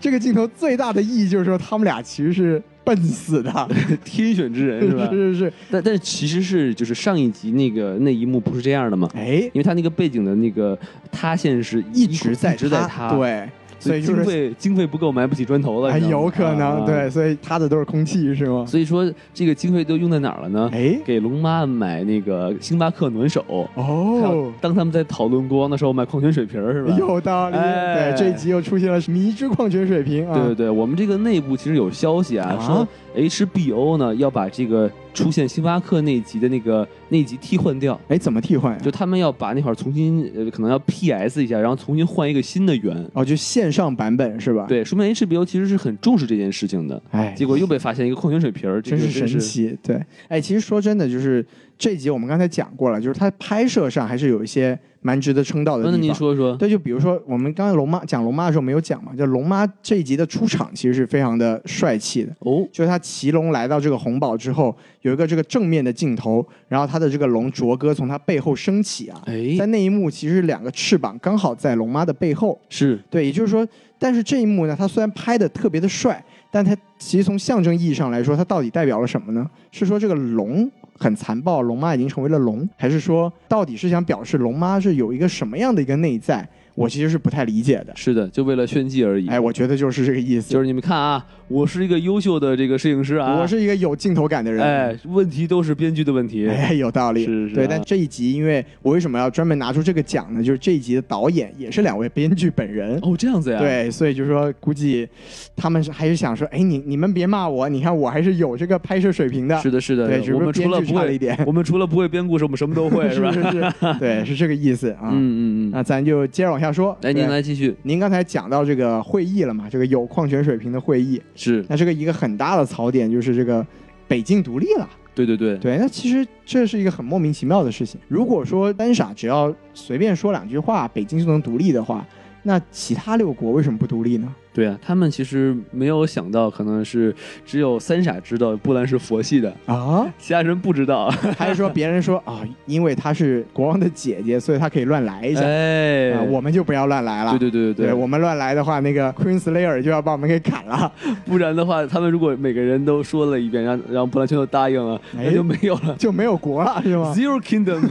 这个镜头最大的意义就是说，他们俩其实是笨死的，
天选 之人是吧？
是是，
但但其实是就是上一集那个那一幕不是这样的嘛，
哎，
因为他那个背景的那个塌陷是
一直在
一直在
塌
塌，，
对，所以就
经
是
费经费不够买不起砖头了，
还
你知道吗
有可能、，对，
啊
所以他的都是空气是吗？
所以说这个经费都用在哪儿了呢？
哎，
给龙妈买那个星巴克暖手。还有
哦。
当他们在讨论国王的时候，买矿泉水瓶儿是吧？
有道理，
哎
对这一集又出现了迷之矿泉水瓶啊！
对对对，我们这个内部其实有消息啊，
啊
说 HBO 呢要把这个出现星巴克那一集的那个那一集替换掉，
哎，怎么替换呀、
就他们要把那块儿重新呃可能要 PS 一下，然后重新换一个新的源。
哦，就线上版本是吧？，
对，说明 HBO 其实是很重视这件事情的。
哎，
结果又被发现一个矿泉水瓶儿，这
真
个
是
真
神
是
奇。对，哎，其实说真的，就是这集我们刚才讲过了，就是它拍摄上还是有一些蛮值得称道的地
嗯那
方。
您说说，
对，就比如说我们刚才龙妈讲龙妈的时候没有讲嘛，就龙妈这一集的出场其实是非常的帅气的。
哦，
就是她骑龙来到这个红堡之后，有一个这个正面的镜头，然后她的这个龙卓哥从她背后升起啊，
哎
在，那一幕其实两个翅膀刚好在龙妈的背后，
是
对，也就是说，但是这一幕呢，它虽然拍的特别的帅，但它其实从象征意义上来说，它到底代表了什么呢？是说这个龙很残暴，龙妈已经成为了龙，还是说到底是想表示龙妈是有一个什么样的一个内在？我其实是不太理解的。
是的，就为了炫技而已。
哎，我觉得就是这个意思。
就是你们看啊，我是一个优秀的这个摄影师啊，
我是一个有镜头感的人。
哎，问题都是编剧的问题。
哎，有道理，
是是
对。
啊
但这一集，因为我为什么要专门拿出这个奖呢？就是这一集的导演也是两位编剧本人，
哦，这样子呀。，
对，所以就说估计他们是还是想说，哎，你你们别骂我，你看我还是有这个拍摄水平的，
是的，是的。
对只不
我
过
们除了
编剧
不
差了
会
一点
我们除了不会编故事，我们什么都 会，
是
吧？
是是， 对，是这个意思啊。
嗯嗯嗯。
那咱就接着往下说。
哎，您
对
来继续。
您刚才讲到这个会议了嘛？这个有矿泉水瓶的会议，
是
那这个一个很大的槽点就是这个北京独立了。
对对对，
对，那其实这是一个很莫名其妙的事情。如果说单傻只要随便说两句话，北京就能独立的话，那其他六国为什么不独立呢？
对啊，他们其实没有想到，可能是只有三傻知道布兰是佛系 的，
啊，
其他人不知道。
还是说别人说啊，因为她是国王的姐姐，所以她可以乱来一下，
哎，
啊，我们就不要乱来了。
对对对
对
对
我们乱来的话，那个 Queen Slayer 就要把我们给砍了。
不然的话，他们如果每个人都说了一遍，让让布兰全都答应了，
哎
那就没有了。
就没有国了是吗
Zero Kingdom，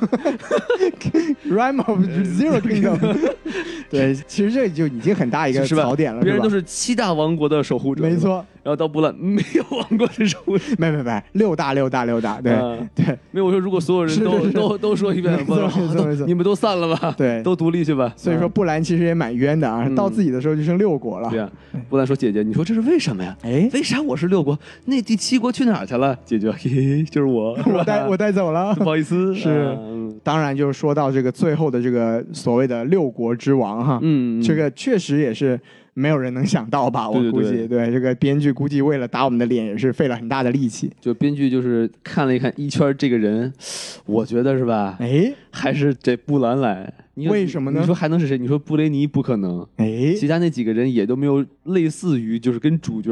？Rhyme of Zero Kingdom。对， 其实这就已经很大一个
是吧
槽点了，
别人都
是吧
是七大王国的守护者，
没。错，
然后到布兰没有王国的守护者，
没没没，六大六大六大，对、
嗯
对
没有我说，如果所有人都
是是是
都都说一遍
没，
不
错
然
没错
都
没错
你们都散了吧，
对。
都独立去吧。
所以说，
嗯，
布兰其实也蛮冤的啊，
嗯
到自己的时候就剩六国了。
对啊，布兰说姐姐，你说这是为什么呀？
哎，
为啥我是六国？那第七国去哪儿去了？姐姐，嘿 嘿，就是我，
我 带我带走了
不。好意思，
是
啊嗯
当然，就是说到这个最后的这个所谓的六国之王哈，
嗯，
这个确实也是没有人能想到吧？我
对对
估计，
对
这个编剧估计为了打我们的脸也是费了很大的力气。
就编剧就是看了一看一圈这个人，我觉得是吧，
哎
还是得布兰来。你说
为什么呢
你说还能是谁？你说布雷尼不可能，
哎，
其他那几个人也都没有类似于就是跟主角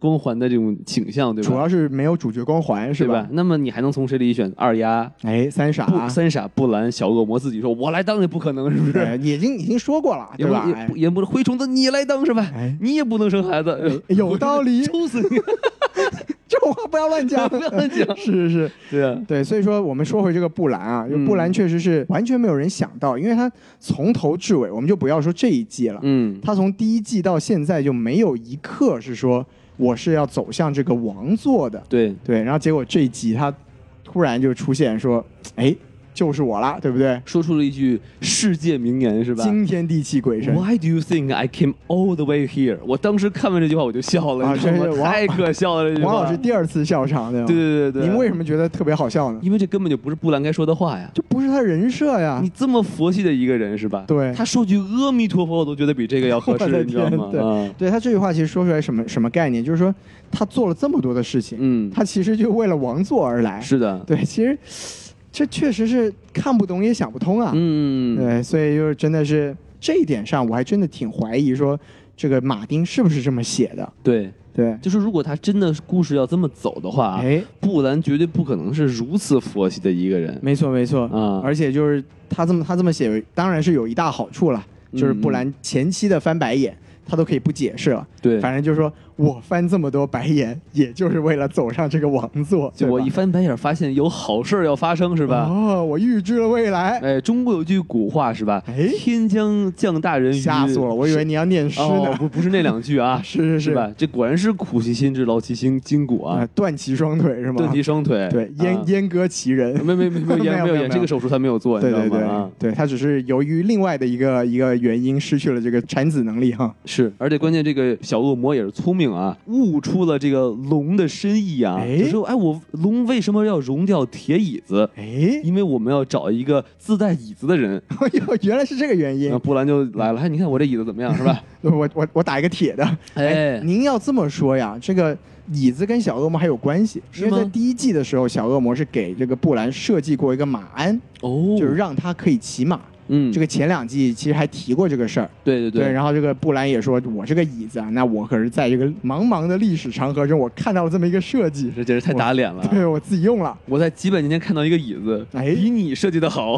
光环的这种倾向，对
主
吧？
要是没有主角光环是
对吧？？那么你还能从谁里选？二丫、
哎，三傻
布三傻、布兰、小恶魔自己说，我来当也不可能，是不是？
对已经已经说过了，
也
对吧
不？也
哎
不也不是灰虫子，你来当是吧？
哎
你也不能生孩子，
有道理
抽死你！
这种话不要乱 讲，
不要乱讲
是是是，
对啊，
对，所以说我们说回这个布兰啊，就
嗯
布兰确实是完全没有人想到，因为他从头至尾，我们就不要说这一季了，
嗯，
他从第一季到现在就没有一刻是说我是要走向这个王座的，
对，
对，然后结果这一集他突然就出现说，哎，就是我啦，对不对？
说出了一句世界名言是吧
惊天地泣鬼神。
？Why do you think I came all the way here？我当时看完这句话我就笑了，
啊
你知道
这是
吗？
王
太可笑了，这句
王
话。
老师第二次笑场，对吧？
对对对对，
您为什么觉得特别好笑呢？
因为这根本就不是布兰该说的话呀。
这不是他人设呀
你。这么佛系的一个人是吧？
对
他说句阿弥陀佛，我都觉得比这个要合
我的
适，你知道
天
吗？
对
啊，
对他这句话其实说出来什么什么概念？就是说他做了这么多的事情，
嗯，
他其实就为了王座而来。
是的，
对，其实这确实是看不懂也想不通啊。
嗯，
对，所以就是真的是这一点上，我还真的挺怀疑说这个马丁是不是这么写的。
对，
对，
就是如果他真的故事要这么走的话，
哎，
布兰绝对不可能是如此佛系的一个人
没错没错。
啊。
而且就是他这么他这么写，当然是有一大好处了，就是
嗯
不然前期的翻白眼。他都可以不解释了，
对，
反正就是说我翻这么多白眼，也就是为了走上这个王座，
就
对
我
吧
一翻白眼，发现有好事儿要发生，是吧？
哦，我预知了未来，
哎，中国有句古话是吧？
嗯哎
天将降大任于
吓死我了，我以为你要念诗
哦
呢，。，
不不是那两句 啊
是是
是吧？这果然是苦其心志，劳其筋筋骨
啊
啊，，
断其双腿是吗？
顿其双腿。
对，
啊
阉阉割其人。
没没没没有
没有
演没
没有
有
没有
演这个手术他没有做，你
对
知道
对
吗？
对
啊，，
对他只是由于另外的一个一个原因失去了这个产子能力哈。
是，而且关键这个小恶魔也是聪明啊，悟出了这个龙的深意啊，
哎
就说哎，我龙为什么要融掉铁椅子？
哎，
因为我们要找一个自带椅子的人。
哎呦， 原来是这个原因
那。布兰就来了，哎，你看我这椅子怎么样，是吧？
我我我打一个铁的。
哎
您要这么说呀，这个椅子跟小恶魔还有关系，
是
因为在
吗
第一季的时候，小恶魔是给这个布兰设计过一个马鞍，
哦
就是让他可以骑马。
嗯，
这
个
个前两季其实还提过这个事儿。
对对
对，然后这个布兰也说，我这个椅子啊，那我可是在这个茫茫的历史长河中，我看到了这么一个设计，
这简直太打脸了。
对我自己用了，
我在几百年前看到一个椅子，
哎
比你设计 的好。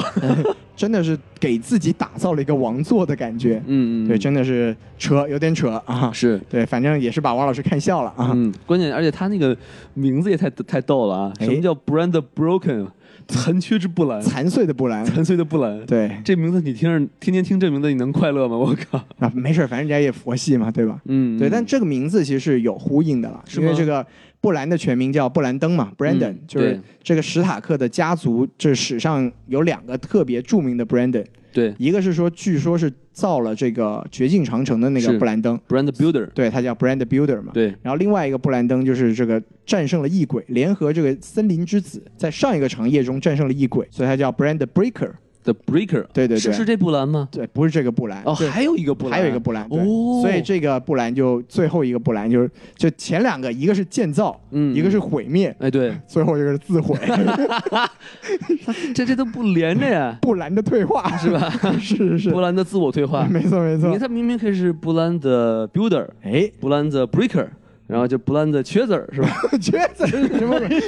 真的是给自己打造了一个王座的感觉。
嗯
对，真的是扯，有点扯啊。
是。
对，反正也是把王老师看笑了啊。
嗯，关键而且他那个名字也太太逗了啊！
哎
什么叫 brand broken？残缺之布兰，
残碎的布兰，
残碎的布兰。
对
这名字你听着，天天听这名字，你能快乐吗？我靠，
啊，没事儿，反正人家也佛系嘛，对吧？
嗯，
对，但
嗯
这个名字其实是有呼应的啦，
是
因为
吗
这个布兰的全名叫布兰登嘛，Brandon，、
嗯
就是
对
这个史塔克的家族，这史上有两个特别著名的 Brandon，
对
一个是说据说是造了这个绝境长城的那个
是
布兰登，
，Brand Builder，
对，他叫 Brand Builder 嘛。
对，
然后另外一个布兰登就是这个战胜了异鬼，联合这个森林之子，在上一个长夜中战胜了异鬼，所以他叫 Brand Breaker。
The Breaker，
对对对
是是这布兰吗？
对，不是这个布兰
哦，
对
还有一个布兰，
还有一个布兰，对，
哦
所以这个布兰就最后一个布兰就是，就前两个一个是建造，
嗯
一个是毁灭，
哎，对，
最后一个是自 毁，，
这这都不连着呀
布兰的退化
是？吧？
是 是 是，
布，兰的自我退化
没错没
你看
错。
他明明可以是布兰的 Builder，
哎，
布兰的 Breaker，然后就布兰的瘸子儿 是吧？
瘸子是什么鬼？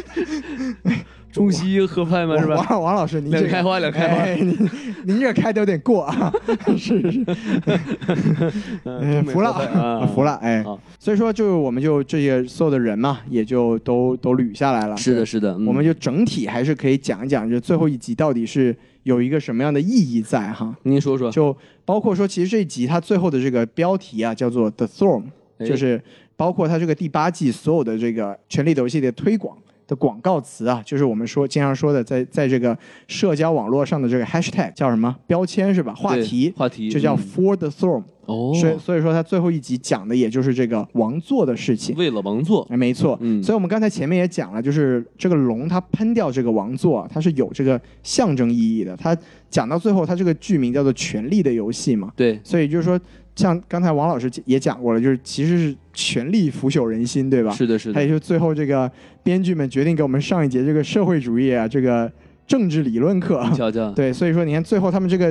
中西合拍嘛是
王
吧？
王王老师，您这
两
个
开花，两开花。
哎，您您这开的有点过啊， 是是是，哎
嗯，
服了，
啊，
服了，哎
好，
所以说就是我们就这些所有的人嘛，也就都都捋下来了，
是
对
的，是的，嗯
我们就整体还是可以讲一讲这最后一集到底是有一个什么样的意义在哈，
您说说，
就包括说其实这一集它最后的这个标题啊叫做 The Throne，
哎
就是包括它这个第八季所有的这个《权力的游戏》的推广。的广告词啊，就是我们说经常说的，在在这个社交网络上的这个 hashtag 叫什么标签是吧？话
对
题
话题
就叫
嗯
For the Throne，、
哦，
所以所以说他最后一集讲的也就是这个王座的事情。
为了王座，
哎，没错，
嗯
所以我们刚才前面也讲了，就是这个龙它喷掉这个王座，它是有这个象征意义的。它讲到最后，它这个剧名叫做《权力的游戏》嘛，
对，
所以就是说，像刚才王老师也讲过了，就是其实是权力腐朽人心，对吧？
是的，是
它
的
也，就最后这个编剧们决定给我们上一节这个社会主义啊，这个政治理论课，
你瞧瞧，
对，所以说你看最后他们这个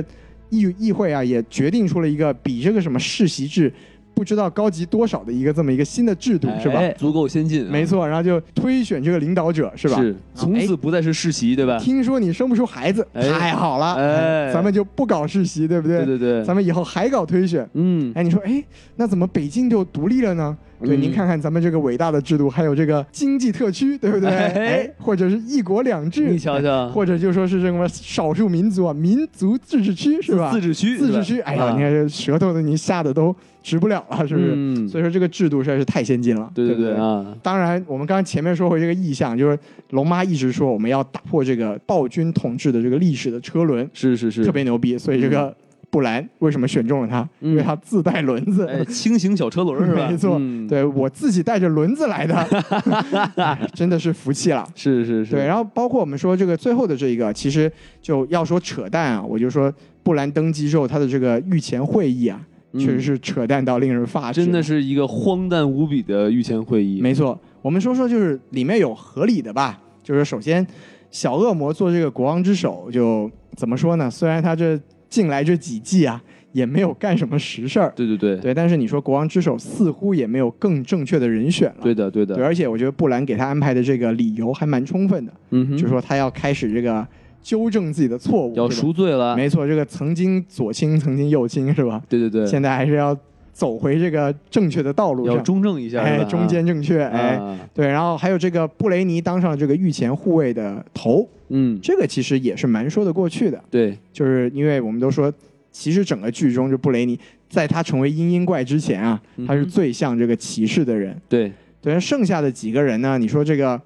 议议会啊，也决定出了一个比这个什么世袭制不知道高级多少的一个这么一个新的制度，是吧？
哎足够先进啊，
没错，然后就推选这个领导者，是吧？
是，从
哎
此不再是世袭，对吧？
听说你生不出孩子，
哎
太好了，
哎
咱们就不搞世袭，对不对？
对对对，
咱们以后还搞推选。
嗯，
哎，你说，哎，那怎么北京就独立了呢？对，
嗯
您看看咱们这个伟大的制度，还有这个经济特区，对不对？
哎
哎，或者是一国两制，
你瞧瞧，
或者就说是什么少数民族啊，民族自治区是吧？
自治区，
自
是
治
吧
区，哎呀，
啊
你看这舌头都您吓得都直不了了，是不是？
嗯
所以说这个制度实在是太先进了，
对
对
对
不
对啊，
当然，我们刚刚前面说回这个意向，就是龙妈一直说我们要打破这个暴君统治的这个历史的车轮，
是是是，
特别牛逼。所以这个布兰为什么选中了他？
嗯
因为他自带轮子。
哎，轻型小车轮儿是吧？
没错，
嗯，
对我自己带着轮子来的， 哎真的是 服气了。
是是是，
对，然后包括我们说这个最后的这一个，其实就要说扯淡啊，我就说布兰登基之后他的这个御前会议啊，
嗯
确实是扯淡到令人发指。
真的是一个荒诞无比的御前会议，
没错，我们说说就是里面有合理的吧，就是首先小恶魔做这个国王之首就怎么说呢？虽然他这近来这几季啊也没有干什么实事儿，
对对对，
对，但是你说国王之首似乎也没有更正确的人选了。
对的对
对，
的，
而且我觉得布兰给他安排的这个理由还蛮充分的，
嗯哼，
就是说他要开始这个纠正自己的错误，
要
对吧
赎罪了，
没错，这个曾经左倾，曾经右倾是吧？
对对对，
现在还是要走回这个正确的道路
要
上，
中正一下，是
哎，
吧
中，间正确，
啊
哎，，
啊
对，然后还有这个布雷尼当上了这个御前护卫的头，
嗯，
这个其实也是蛮说得过去的，
对，
就是因为我们都说，其实整个剧中就布雷尼在他成为嘤嘤怪之前啊，他是
嗯哼
最像这个骑士的人。
对，
对，剩下的几个人呢，你说这个，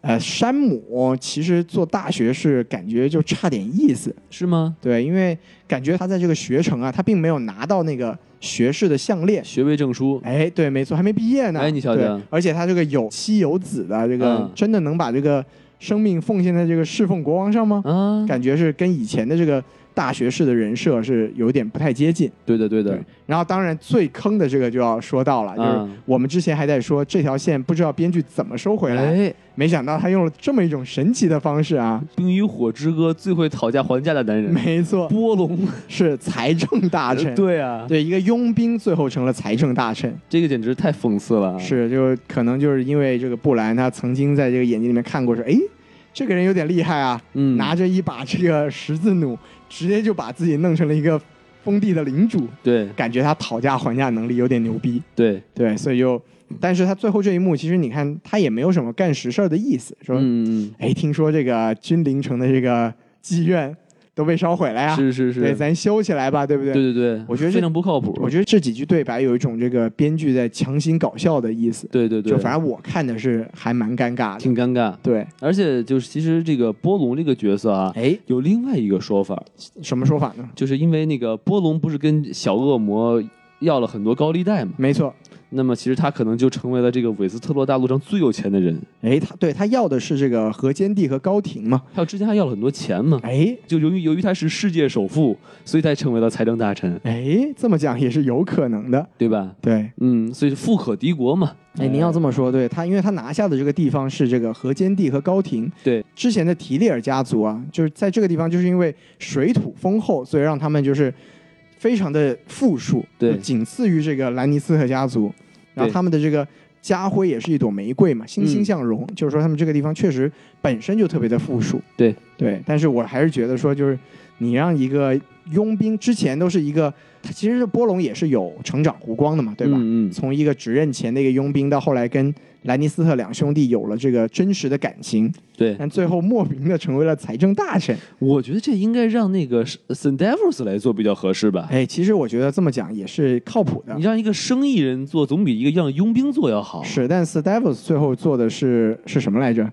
呃，山姆其实做大学士感觉就差点意思，
是吗？
对，因为感觉他在这个学城啊，他并没有拿到那个学士的项链。
学位证书，
哎，对，没错，还没毕业呢。
哎你瞧瞧
对而且他这个有妻有子的，这个、
嗯
真的能把这个生命奉献在这个侍奉国王上吗？
啊，
感觉是跟以前的这个大学士的人设是有点不太接近。
对的对的
对，然后，当然最坑的这个就要说到了，就是
嗯
我们之前还在说这条线不知道编剧怎么收回来，
哎，
没想到他用了这么一种神奇的方式啊！
《冰与火之歌》最会讨价还价的男人，
没错，
波龙
是财政大臣。
对啊，
对，一个佣兵最后成了财政大臣。
这个简直太讽刺了啊。
是，就是可能就是因为这个布兰他曾经在这个眼睛里面看过说，哎，这个人有点厉害啊，
嗯
拿着一把这个十字弩，直接就把自己弄成了一个封地的领主，
对
感觉他讨价还价能力有点牛逼，
对，
对，所以就但是他最后这一幕，其实你看他也没有什么干实事儿的意思，说，
嗯，
哎，听说这个君临城的这个妓院都被烧毁了哎呀，
是是
对，
是，
咱修起来吧，对不对？
对对对，
我觉得这
非常不靠谱。
我觉得这几句对白有一种这个编剧在强行搞笑的意思，
对对对，
就反正我看的是还蛮尴尬的。
挺尴尬。
对，
而且就是其实这个波龙这个角色啊，
哎，
有另外一个说法，
什么说法呢？
就是因为那个波龙不是跟小恶魔要了很多高利贷嘛，
没错，
那么其实他可能就成为了这个韦斯特洛大陆上最有钱的人。
哎，他对他要的是这个河间地和高庭嘛，
还有之前还要了很多钱嘛，
哎
就由于由于他是世界首富，所以才成为了财政大臣，
哎，这么讲也是有可能的。
对吧？
对，
嗯，所以富可敌国嘛。
哎，您要这么
嗯
说，对他，因为他拿下的这个地方是这个河间地和高庭。
对，
之前的提利尔家族啊，就是在这个地方，就是因为水土丰厚，所以让他们就是非常的富庶，
对
就仅次于这个兰尼斯特家族。然后
对嗯
他们的这个家徽也是一朵玫瑰嘛，欣欣向荣，就是说他们这个地方确实本身就特别的富庶。
对
对，但是我还是觉得说，就是你让一个佣兵之前都是一个，他其实波隆也是有成长湖光的嘛，对吧？
嗯嗯，
从一个职任前的一个佣兵，到后来跟兰尼斯特两兄弟有了这个真实的感情，
对，
但最后莫名的成为了财政大臣。
我觉得这应该让那个 s a n d e v e r s 来做比较合适吧。
哎，其实我觉得这么讲也是靠谱的
你。让一个生意人做，总比一个让佣兵做要好。
是，但 s t e v e s 最后做的是是什么来着？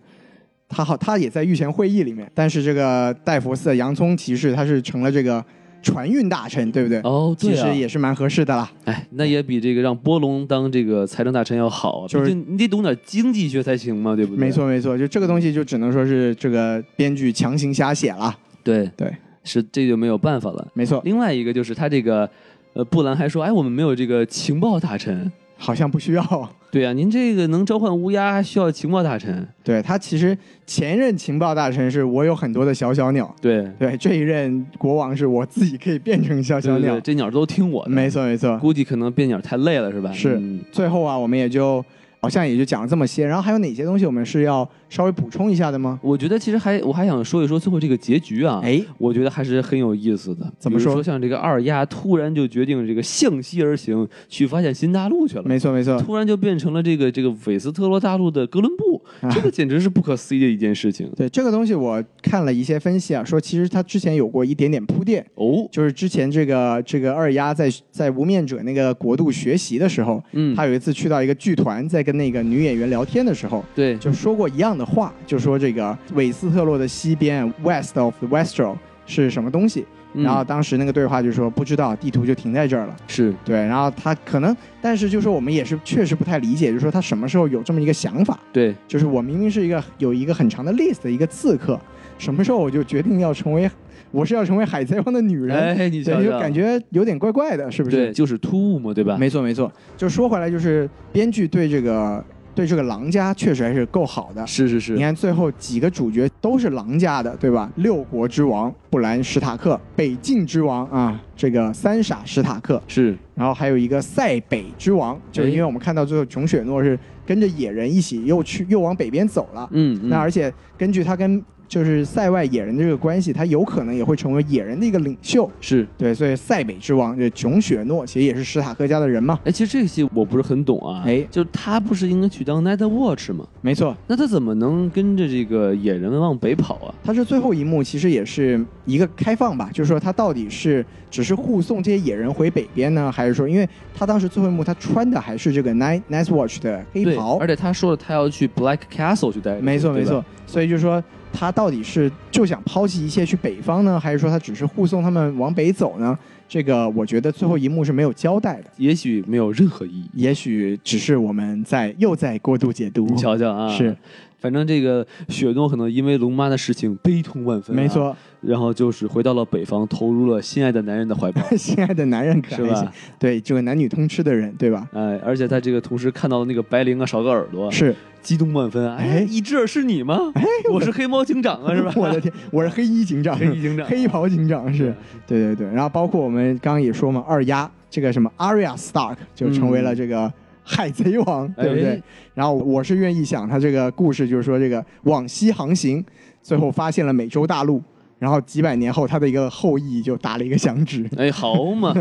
他好，他也在御前会议里面，但是这个戴佛斯的洋葱骑士他是成了这个船运大臣，对不对？
哦，
其
对
实
啊，
也是蛮合适的啦。
哎，那也比这个让波隆当这个财政大臣要好啊。
就是
毕竟你得懂点经济学才行嘛，对不对？啊
没，错，没错，就这个东西就只能说是这个编剧强行瞎写了。
对
对，
是这就没有办法了。
没错，
另外一个就是他这个，呃，布兰还说，哎，我们没有这个情报大臣。
好像不需要。
对啊，您这个能召唤乌鸦，还需要情报大臣。
对他其实前任情报大臣是我有很多的小小鸟，
对，
对这一任国王是我自己可以变成小
对
小
对
鸟，
对这鸟都听我的。
没错没错。
估计可能变鸟太累了，是吧？
是
嗯
最后啊，我们也就好像也就讲了这么些，然后还有哪些东西我们是要稍微补充一下的吗？
我觉得其实还我还想说一说最后这个结局啊。
哎，
我觉得还是很有意思的。
怎么
比如
说
说像这个二丫突然就决定这个向西而行，去发现新大陆去了。
没错没错，
突然就变成了这个这个韦斯特洛大陆的哥伦布
啊，
这个简直是不可思议的一件事情
对这个东西我看了一些分析啊，说其实他之前有过一点点铺垫，
哦。
就是之前这个这个二丫在在无面者那个国度学习的时候，
嗯，
她有一次去到一个剧团，在跟那个女演员聊天的时候，
对，
就说过一样的话，
嗯
就说这个韦斯特洛的西边 （West of the Westro） 是什么东西。
嗯
然后当时那个对话就说不知道，地图就停在这儿了。
是
对，然后他可能，但是就是我们也是确实不太理解，就是说他什么时候有这么一个想法，
对，
就是我明明是一个有一个很长的 list 的一个刺客，什么时候我就决定要成为，我是要成为海贼王的女人，
哎，你瞧
对，就
瞧
感觉有点怪怪的，是不
对，
是？
就是突兀嘛，对吧？
没错没错，就说回来，就是编剧对这个对这个狼家确实还是够好的，
是是
你
是，
看最后几个主角都是狼家的，对吧？六国之王布兰史塔克，北境之王啊，这个三傻史塔克，
是
然后还有一个塞北之王，就是因为我们看到最后琼雪诺是跟着野人一起又去又往北边走了。
嗯，嗯
那而且根据他跟就是塞外野人的这个关系，他有可能也会成为野人的一个领袖。
是。
对，所以塞北之王这琼雪诺其实也是史塔克家的人嘛。
哎，其实这个戏我不是很懂啊。
哎
就是他不是应该去当 Night Watch 吗？
没错，
那他怎么能跟着这个野人往北跑啊？
它是最后一幕，其实也是一个开放吧，就是说他到底是只是护送这些野人回北边呢，还是说，因为他当时最后一幕他穿的还是这个 Night Night Watch 的黑
对，
袍
而，且他说了，他要去 Black Castle 去待着。
没错
对
没
吧
错，，所以就说他到底是就想抛弃一切去北方呢，还是说他只是护送他们往北走呢？这个我觉得最后一幕是没有交代的，
也许没有任何意义。
也许只是我们在又在过度解读
你。瞧瞧啊，
是，
反正这个雪诺可能因为龙妈的事情悲痛万分、啊
没，错，
然后就是回到了北方，投入了心爱的男人的怀 抱，
心爱的男人可
是
爱些
吧？，
对，这个男女通吃的人，对吧？
哎，而且他这个同时看到了那个白灵啊少个耳朵，
是，
激动万分。
哎？
哎，一只耳是你吗？哎，我是黑猫警长 啊，是吧
我的天，我是黑衣警长，
黑衣警长，
啊黑袍警长是，对对对。然后包括我们刚刚也说嘛，二丫这个什么 Arya Stark 就成为了这个海贼王，对不对
嗯哎？
然后我是愿意想他这个故事，就是说这个往西航行，最后发现了美洲大陆。然后几百年后，他的一个后裔就打了一个响指，
哎，好嘛，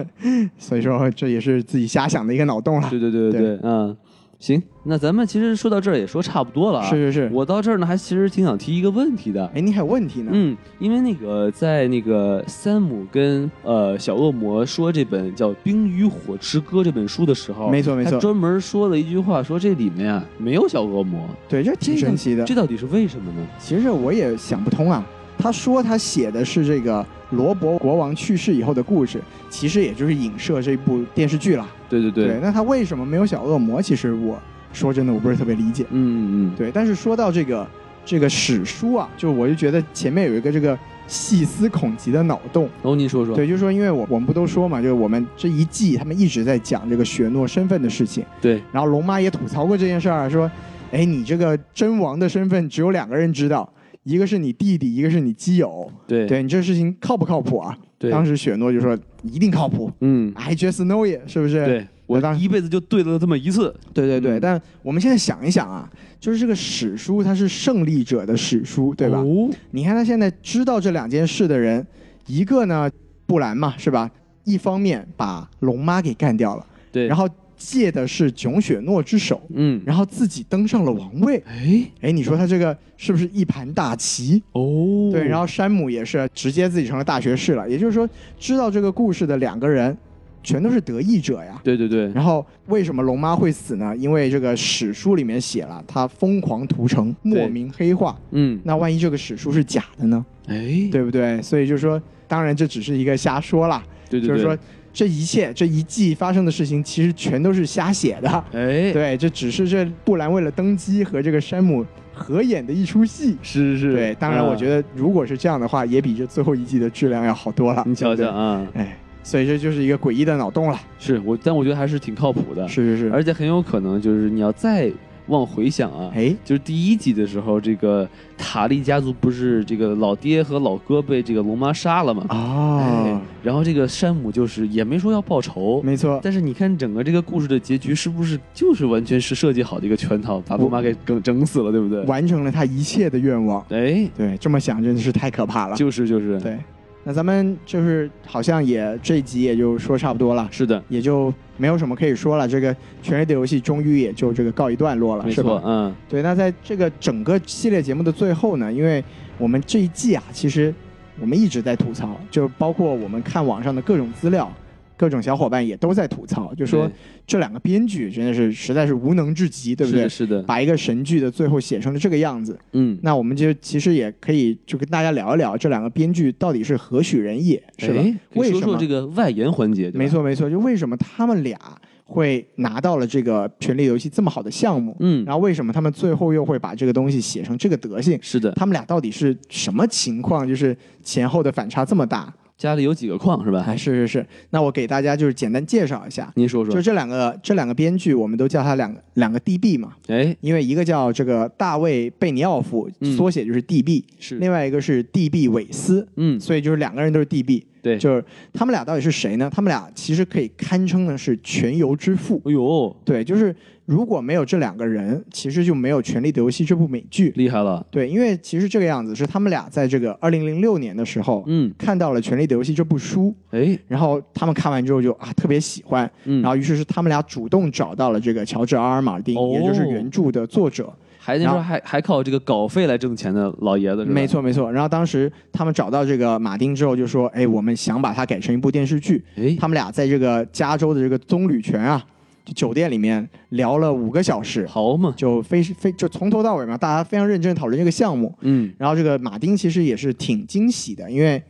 所以说这也是自己瞎想的一个脑洞了。
对对对对对，嗯，行，那咱们其实说到这儿也说差不多了啊。
是是是，
我到这儿呢，还其实挺想提一个问题的。
哎，你还有问题呢？
嗯，因为那个在那个山姆跟呃小恶魔说这本叫《冰与火之歌》这本书的时候，
没错没
他
错，
专门说了一句话，说这里面啊没有小恶魔，
对，这挺
这
神
个
奇的。
这到底是为什么呢？
其实我也想不通啊。他说他写的是这个罗伯国王去世以后的故事，其实也就是影射这部电视剧了。
对对对，
那他为什么没有小恶魔？其实我说真的，我不是特别理解。
嗯嗯，
对，但是说到这个这个史书啊，就我就觉得前面有一个这个细思恐极的脑洞。
哦，您说说，
对，就是说，因为我我们不都说嘛，就是我们这一季他们一直在讲这个雪诺身份的事情，
对
然后龙妈也吐槽过这件事儿，说，哎，你这个真王的身份只有两个人知道，一个是你弟弟，一个是你基友，
对
对你这事情靠不靠谱啊？
对
当时雪诺就说一定靠谱
嗯，
，I just know it，是不是？
对
我
我
当
一辈子就对了这么一次，
对对对，
嗯
但我们现在想一想啊，就是这个史书它是胜利者的史书，对吧？
哦
你看他现在知道这两件事的人，一个呢布兰嘛，是吧？一方面把龙妈给干掉了，
对，
然
后
后借的是囧雪诺之手，
嗯，
然后自己登上了王位。
哎
哎，你说他这个是不是一盘大棋？
哦，
对，然
后
后山姆也是直接自己成了大学士了。也就是说，知道这个故事的两个人，全都是得益者呀。
对对对，
然后为什么龙妈会死呢？因为这个史书里面写了，她疯狂屠城，莫
对
名黑化。
嗯，
那万一这个史书是假的呢？
哎，
对不对？所以就是说，当然这只是一个瞎说啦，
对对
就
对，
是说，这一切这一季发生的事情其实全都是瞎写的。
哎，
对，这只是这布兰为了登基和这个山姆合演的一出戏。
是是是，啊
对，当然我觉
得
得如果是这样的话，也比这最后一季的质量要好多了。
你瞧
对
瞧
不
啊，
对，哎，所以这就是一个诡异的脑洞了。
是我，但我觉得还是挺靠谱的，
是是是，
啊而且很有可能就是你要再往回想啊，
哎，
就是第一集的时候，这个塔利家族不是这个老爹和老哥被这个龙妈杀了嘛？
哦
哎，，然后这个山姆就是也没说要报仇，
没错，
但是你看整个这个故事的结局是不是就是完全是设计好的一个圈套，把龙妈给整整死了，对不对？
完成了他一切的愿望。
哎，
对，这么想真的是太可怕了。
就是就是，
对，那咱们就是好像也这一集也就说差不多了，
是的，
也就没有什么可以说了。这个《权力的游戏》终于也就这个告一段落了，
没
是
错
吧，？
嗯，
对，那在这个整个系列节目的最后呢，因为我们这一季啊，其实我们一直在吐槽，就包括我们看网上的各种资料。各种小伙伴也都在吐槽，就说这两个编剧真的是实在是无能至极，对不对？
是的，是的，
把一个神剧的最后写成了这个样子，
嗯，
那我们就其实也可以就跟大家聊一聊这两个编剧到底是何许人也，是吧？
哎可以
为
说
什么
说这个外延环节，对吧
没，错没错，就为什么他们俩会拿到了这个《权力游戏》这么好的项目，
嗯，
然后为什么他们最后又会把这个东西写成这个德性？
是的，
他们俩到底是什么情况？就是前后的反差这么大？
家里有几个矿是吧
哎，？是是是。那我给大家就是简单介绍一下，
您嗯说说
就，这两个这两个编剧，我们都叫他两个两个 DB 嘛，
哎，
因为一个叫这个大卫贝尼奥夫，
嗯
缩写就是 DB，、
是，
另外一个是 DB 韦斯，
嗯，
所以就是两个人都是 DB，
对，
就是他们俩到底是谁呢？他们俩其实可以堪称的是全游之父。
哎呦，
对，就是如果没有这两个人，其实就没有《权力的游戏》这部美剧。
厉害了，
对，因为其实这个样子是他们俩在这个二零零六年的时候、
嗯，
看到了《权力的游戏》这部书，
哎，
然后他们看完之后就啊特别喜欢，
嗯，
然后于是是他们俩主动找到了这个乔治 R R 马丁，
哦
也就是原著的作者。
还那时
然
候
后
还还靠这个稿费来挣钱的老爷子是吧？
没，错没错。然后当时他们找到这个马丁之后就说，哎，我们想把它改成一部电视剧。
哎，
他们俩在这个加州的这个棕榈泉啊就酒店里面聊了五个小时，
好嘛，
就非非就从头到尾嘛，大家非常认真地讨论这个项目。
嗯，
然后这个马丁其实也是挺惊喜的，因为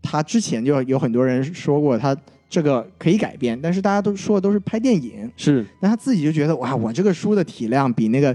他之前就有很多人说过他这个可以改编，但是大家都说的都是拍电影，
是
但他自己就觉得哇，我这个书的体量比那个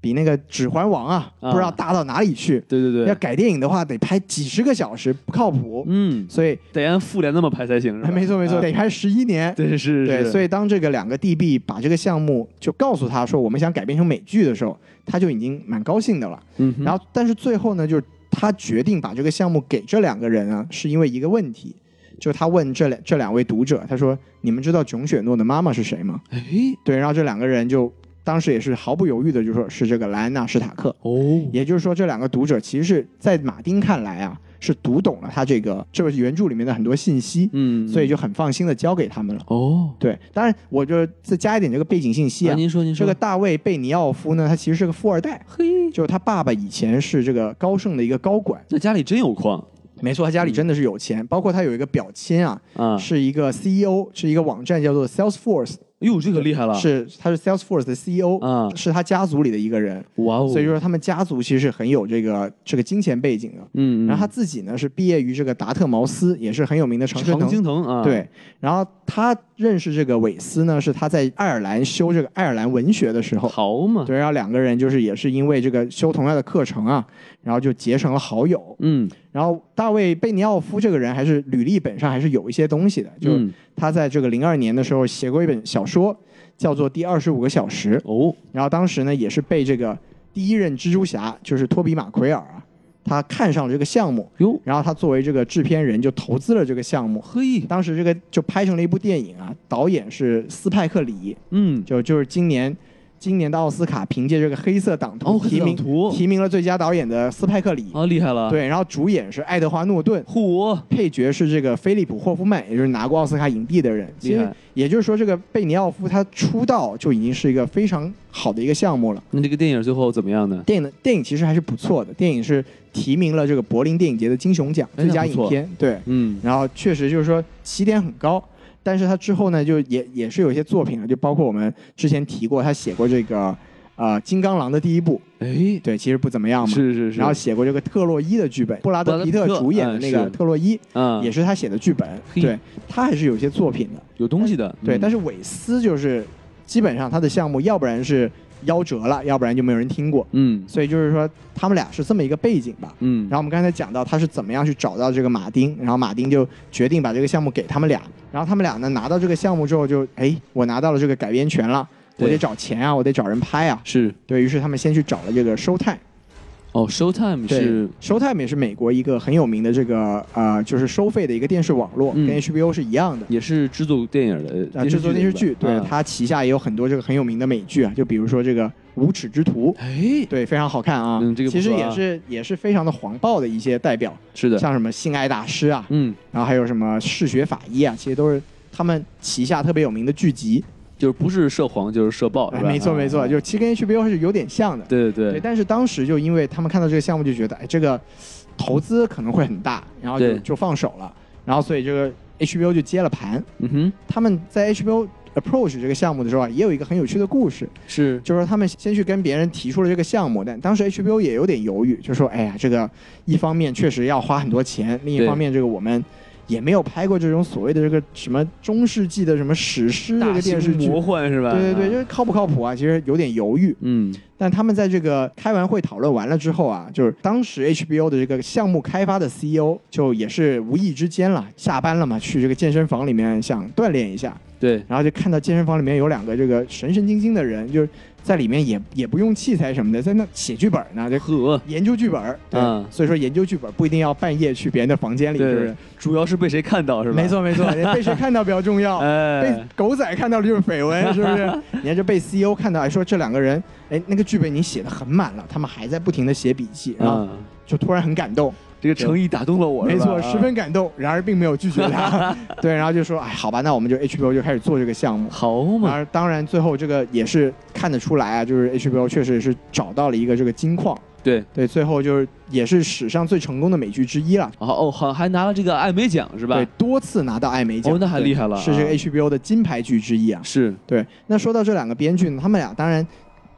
比那个《指环王》啊，
啊
不知道大到哪里去。
对对
要
对，
改电影的话，得拍几十个小时，不靠谱。
嗯，
所以，哎
得按复联那么排才行是吧？
没错没错，
啊
得拍十一年。
对是是，
对，所
以
以当这个两个 DB 把这个项目就告诉他说我们想改编成美剧的时候，他就已经蛮高兴的了。
嗯哼，
然后，但是最后呢，就是他决定把这个项目给这两个人啊，是因为一个问题，就是他问这两这两位读者，他说：“你们知道囧雪诺的妈妈是谁吗
哎，？”
对，然后这两个人就当时也是毫不犹豫的就说是这个莱安娜·史塔克。
哦，
也就是说，这两个读者其实是在马丁看来啊，是读懂了他这个这个原著里面的很多信息，
嗯，
所以就很放心的交给他们了。
哦，
对，当然我就再加一点这个背景信息
啊
啊，
您说您
这
说
个大卫贝尼奥夫呢，他其实是个富二代，
嘿，
就是他爸爸以前是这个高盛的一个高管，
那家里真有矿
没错，他
嗯
家里真的是有钱，包括他有一个表亲啊，
啊！
是一个 CEO，是一个网站叫做 Salesforce，
哟，这个厉害了，
是他是 Salesforce 的 CEO，、
啊
是他家族里的一个人，
哇哦，
所以说他们家族其实是很有这个这个金钱背景的。
嗯，嗯，
然后他自己呢是毕业于这个达特茅斯，也是很有名的常春
常
藤。
青藤啊，，
对，然后他认识这个韦斯呢，是他在爱尔兰修这个爱尔兰文学的时候，
豪 嘛，
对，然后两个人就是也是因为这个修同样的课程啊，然后就结成了好友。
嗯，
然后大卫贝尼奥夫这个人还是履历本上还是有一些东西的，就
嗯
他在这个零二年的时候写过一本小说，叫做《第二十五个小时》，
哦，
然后当时呢也是被这个第一任蜘蛛侠就是托比马奎尔啊，他看上了这个项目，
哟，
然后他作为这个制片人就投资了这个项目。
嘿，
当时这个就拍成了一部电影啊，导演是斯派克里，
嗯，
就就是今年今年的奥斯卡凭借这个黑色党
哦
图，提
黑色
名
党图
提名了最佳导演的斯派克里，
啊，厉害了，，哦
对，然后主演是爱德华诺顿，
嚯，
配角是这个菲利普霍夫曼，也就是拿过奥斯卡影帝的人。其
厉
实
害
也就是说，这个贝尼奥夫他出道就已经是一个非常好的一个项目了。
那这个电影最后怎么样呢？
电影的电影其实还是不错的，电影是提名了这个柏林电影节的金熊奖
哎
最佳
那不错
影片，对，
嗯，
然后确实就是说起点很高，但是他之后呢，就也也是有一些作品了，就包括我们之前提过，他写过这个呃《金刚狼》的第一部，
哎，
对，其实不怎么样嘛。
是是是，
啊然后写过这个特洛伊的剧本，布拉德皮特主演的那
布拉
个
德皮特嗯是
特洛伊
啊，
也是他写的剧本，
嘿嗯
对他还是有一些作品的。
有东西的，
对，但
是
是韦斯就是基本上他的项目，要不然是夭折了，要不然就没有人听过。
嗯
所以就是说，他们俩是这么一个背景吧。
嗯
然，后我们刚才讲到他是怎么样去找到这个马丁，然后马丁就决定把这个项目给他们俩，然后他们俩呢拿到这个项目之后就，哎，我拿到了这个改编权了，我
对
得找钱啊，我得找人拍啊，
是
对于是他们先去找了这个 Showtime，
哦，Showtime
对
是
Showtime 也是美国一个很有名的这个呃就是收费的一个电视网络，
嗯
跟 HBO 是一样的。
也是制作电影的
啊，制作电视剧，对、
他，
它旗下也有很多这个很有名的美剧啊，就比如说这个《无耻之徒》，
哎，
对，非常好看啊。
嗯这个不
其实
错啊
也是也是非常的黄暴的一些代表，
是的，
像什么性爱大师啊，
嗯，
然后还有什么嗜血法医啊，其实都是他们旗下特别有名的剧集。
就是不是涉黄就是涉暴，
哎
是吧？
没错没错，
啊
就其实跟 HBO 还是有点像的。
对对
但是当时就因为他们看到这个项目就觉得，哎，这个投资可能会很大，然后就
对
就放手了，然后所以这个 HBO 就接了盘。
嗯哼，
他们在 HBO approach 这个项目的时候啊，也有一个很有趣的故事，
是
就是说他们先去跟别人提出了这个项目，但当
嗯
时 HBO 也有点犹豫，就说：“哎呀，这个一方面确实要花很多钱，另一
对
方面这个我们也没有拍过这种所谓的这个什么中世纪的什么史诗嗯这
大
个电视
型
剧。”
魔幻是吧？
对对对，
啊
这靠不靠谱啊？其实有点犹豫。
嗯，
但他们在这个开完会讨论完了之后啊，就是当时 HBO 的这个项目开发的 CEO 就也是无意之间了，下班了嘛，去这个健身房里面想锻炼一下，
对，
然后就看到健身房里面有两个这个神神经经的人，就是在里面也也不用器材什么的，在那写剧本呢，就
呵，
研究剧本儿。对，
嗯
所以说研究剧本不一定要半夜去别人的房间里，是不
对
是？，
主要是被谁看到是吧？
没，错没错，被谁看到比较重要。被
哎，
狗仔看到了就是绯 闻，是不是？你看这被 CEO 看到，哎，说这两个人，哎，那个剧本已经写的很满了，他们还在不停的写笔记，然后
啊，
就突然很感动，
这个诚意打动了我，
没
是吧
错，
啊
十分感动，然而并没有拒绝他， 对，然后就说，哎，好吧，那我们就 HBO 就开始做这个项目，
好嘛，
而当然，最后这个也是看得出来啊，就是 HBO 确实是找到了一个这个金矿，
对，
对，最后就是也是史上最成功的美剧之一了，
哦哦，好，还拿了这个艾美奖是吧
对？，多次拿到艾美奖，
哦那还
对
厉害了
是这
啊
个 HBO 的金牌剧之一啊。
是，
对，那说到这两个编剧呢，他们俩当然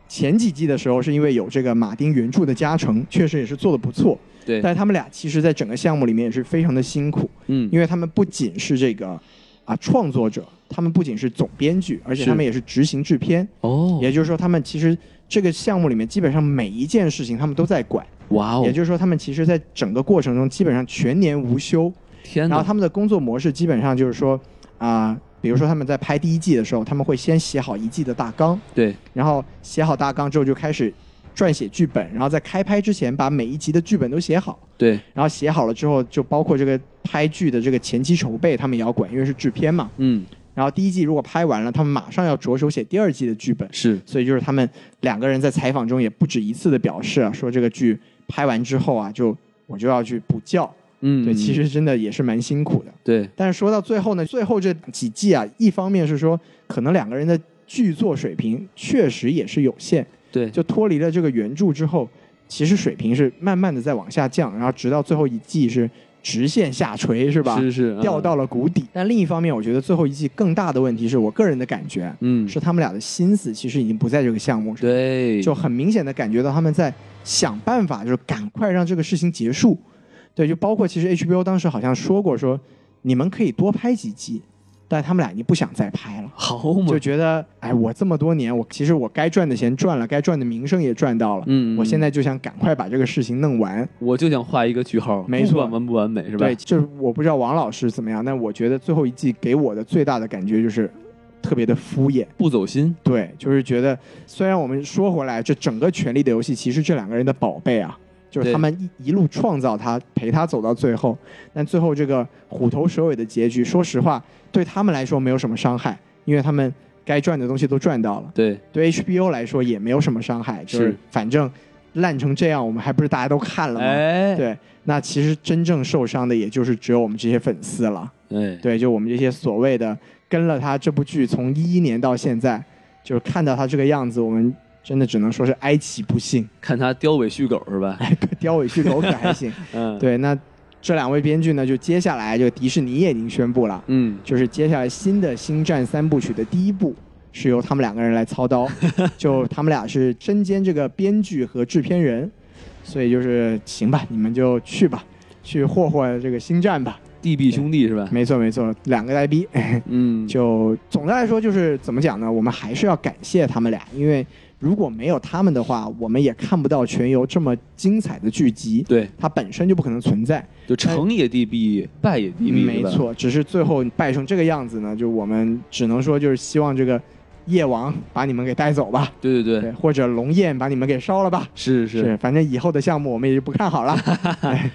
前几季的时候是因为有这个马丁原著的加成，确实也是做的不错，
对，
但他们俩其实在整个项目里面也是非常的辛苦，
嗯，
因为他们不仅是这个啊创作者，他们不仅是总编剧，而且
是
他们也是执行制片。
哦，
也就是说，他们其实这个项目里面基本上每一件事情他们都在管，
哇哦
也，就是说，他们其实在整个过程中基本上全年无休。
天
然后
哪，
他们的工作模式基本上就是说，啊、比如说他们在拍第一季的时候，他们会先写好一季的大纲，
对，
然后写好大纲之后就开始撰写剧本，然后在开拍之前把每一集的剧本都写好，
对，
然后写好了之后就包括这个拍剧的这个前期筹备，他们也要管，因为是制片嘛。
嗯，
然后第一季如果拍完了，他们马上要着手写第二季的剧本。
是，
所以就是他们两个人在采访中也不止一次的表示啊，说这个剧拍完之后啊，就我就要去补觉，
嗯，
对，其
嗯
实真的也是蛮辛苦的。
对，
但是说到最后呢，最后这几季啊，一方面是说可能两个人的剧作水平确实也是有限，
对，
就脱离了这个原著之后，其实水平是慢慢的在往下降，然后直到最后一季是直线下垂，是吧？
是是嗯
掉，到了谷底。但另一方面，我觉得最后一季更大的问题是我个人的感觉，
嗯，嗯
是他们俩的心思其实已经不在这个项目上，
对，
就很明显的感觉到他们在想办法，就是赶快让这个事情结束。对，就包括其实 HBO 当时好像说过说，你们可以多拍几季，但他们俩已经不想再拍了。
好嘛
就，觉得，哎，我这么多年，我其实我该赚的钱赚了，该赚的名声也赚到了，
嗯，
我现
在
在就想赶快把这个事情弄完。
我就想画一个句号，
没
不
错
管完不完美是吧？
对，就是我不知道王老师怎么样，但我觉得最后一季给我的最大的感觉就是特别的敷衍。
不走心，
对，就是觉得虽然我们说回来，这整个《权力的游戏》其实这两个人的宝贝啊，就是
对
他们一一路创造他，陪他走到最后，但最后这个虎头蛇尾的结局，说实话对他们来说没有什么伤害，因为他们该赚的东西都赚到了。
对，
对 HBO 来说也没有什么伤害，就是
是
反正烂成这样，我们还不是大家都看了吗？
哎，
对，那其实真正受伤的也就是只有我们这些粉丝了。
对，
对，就我们这些所谓的跟了他这部剧从一一年到现在，就是看到他这个样子，我们真的只能说是哀其不幸，
看他叼尾续狗是吧？
雕尾续狗可还行。
嗯，，
哎对，那这两位编剧呢，就接下来就迪士尼也已经宣布了，
嗯，
就是接下来新的《星战》三部曲的第一部是由他们两个人来操刀，就他们俩是身兼这个编剧和制片人，所以就是行吧，你们就去吧，去霍霍这个《星战》吧。
地壁兄弟是吧？
没错没错，两个呆逼。
嗯，
就总的来说，就是怎么讲呢？我们还是要感谢他们俩，因为如果没有他们的话，我们也看不到全游这么精彩的剧集，
对，
它本身就不可能存在。
就成也地壁，败也地壁，
哎没
是吧，
错，只是最后败成这个样子呢，就我们只能说就是希望这个夜王把你们给带走吧，
对对对，
对，或者龙焰把你们给烧了吧。
是是，
反正以后的项目我们也就不看 好了。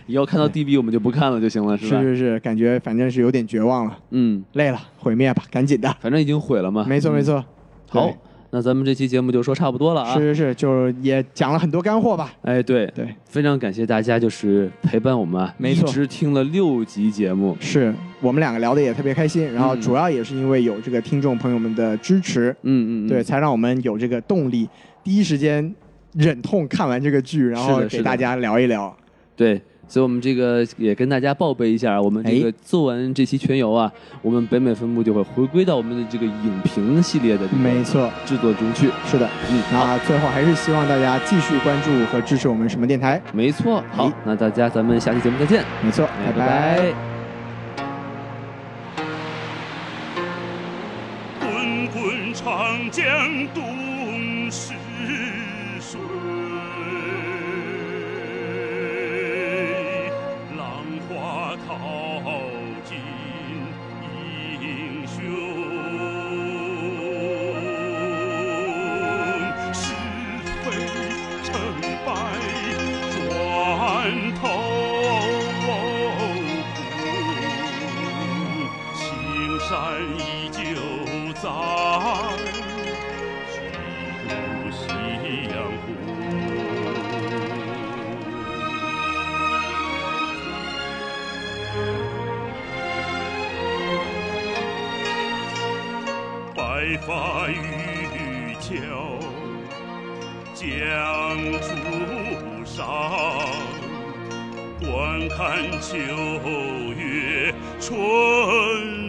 以后看到地壁我们就不看了就行了，
是
吧？
是是，感觉反正是有点绝望了，
嗯，
累了，毁灭吧，赶紧的。
反正已经毁了嘛。
没错没
嗯。
错，
好，那咱们这期节目就说差不多了
对，
啊。
是。是是，就是也讲了很多干货吧。
哎，对，
对，
非常感谢大家，就是陪伴我们啊，
没
一
错
直听了六集节目，
是我们两个聊的也特别开心，然后
嗯
主要也是因为有这个听众朋友们的支持，
嗯嗯，嗯
对，，才让我们有这个动力，第一时间忍痛看完这个剧，然后
是的
给
是的
大家聊一聊。
对，所以我们这个也跟大家报备一下啊，我们
哎
这个做完这期全游啊，我们北美分部就会回归到我们的这个影评系列的这
没
个
错，
制作中去。
是的。
嗯，好，
那最后还是希望大家继续关注和支持我们什么电台。
没错，好
哎，
那大家咱们下期节目再见，
没错，
哎
拜拜
拜
滚滚长江东逝水，浪花淘尽英雄。是非成败转头空。青山依旧在，举头夕阳红。白发渔樵江渚上，观看秋月春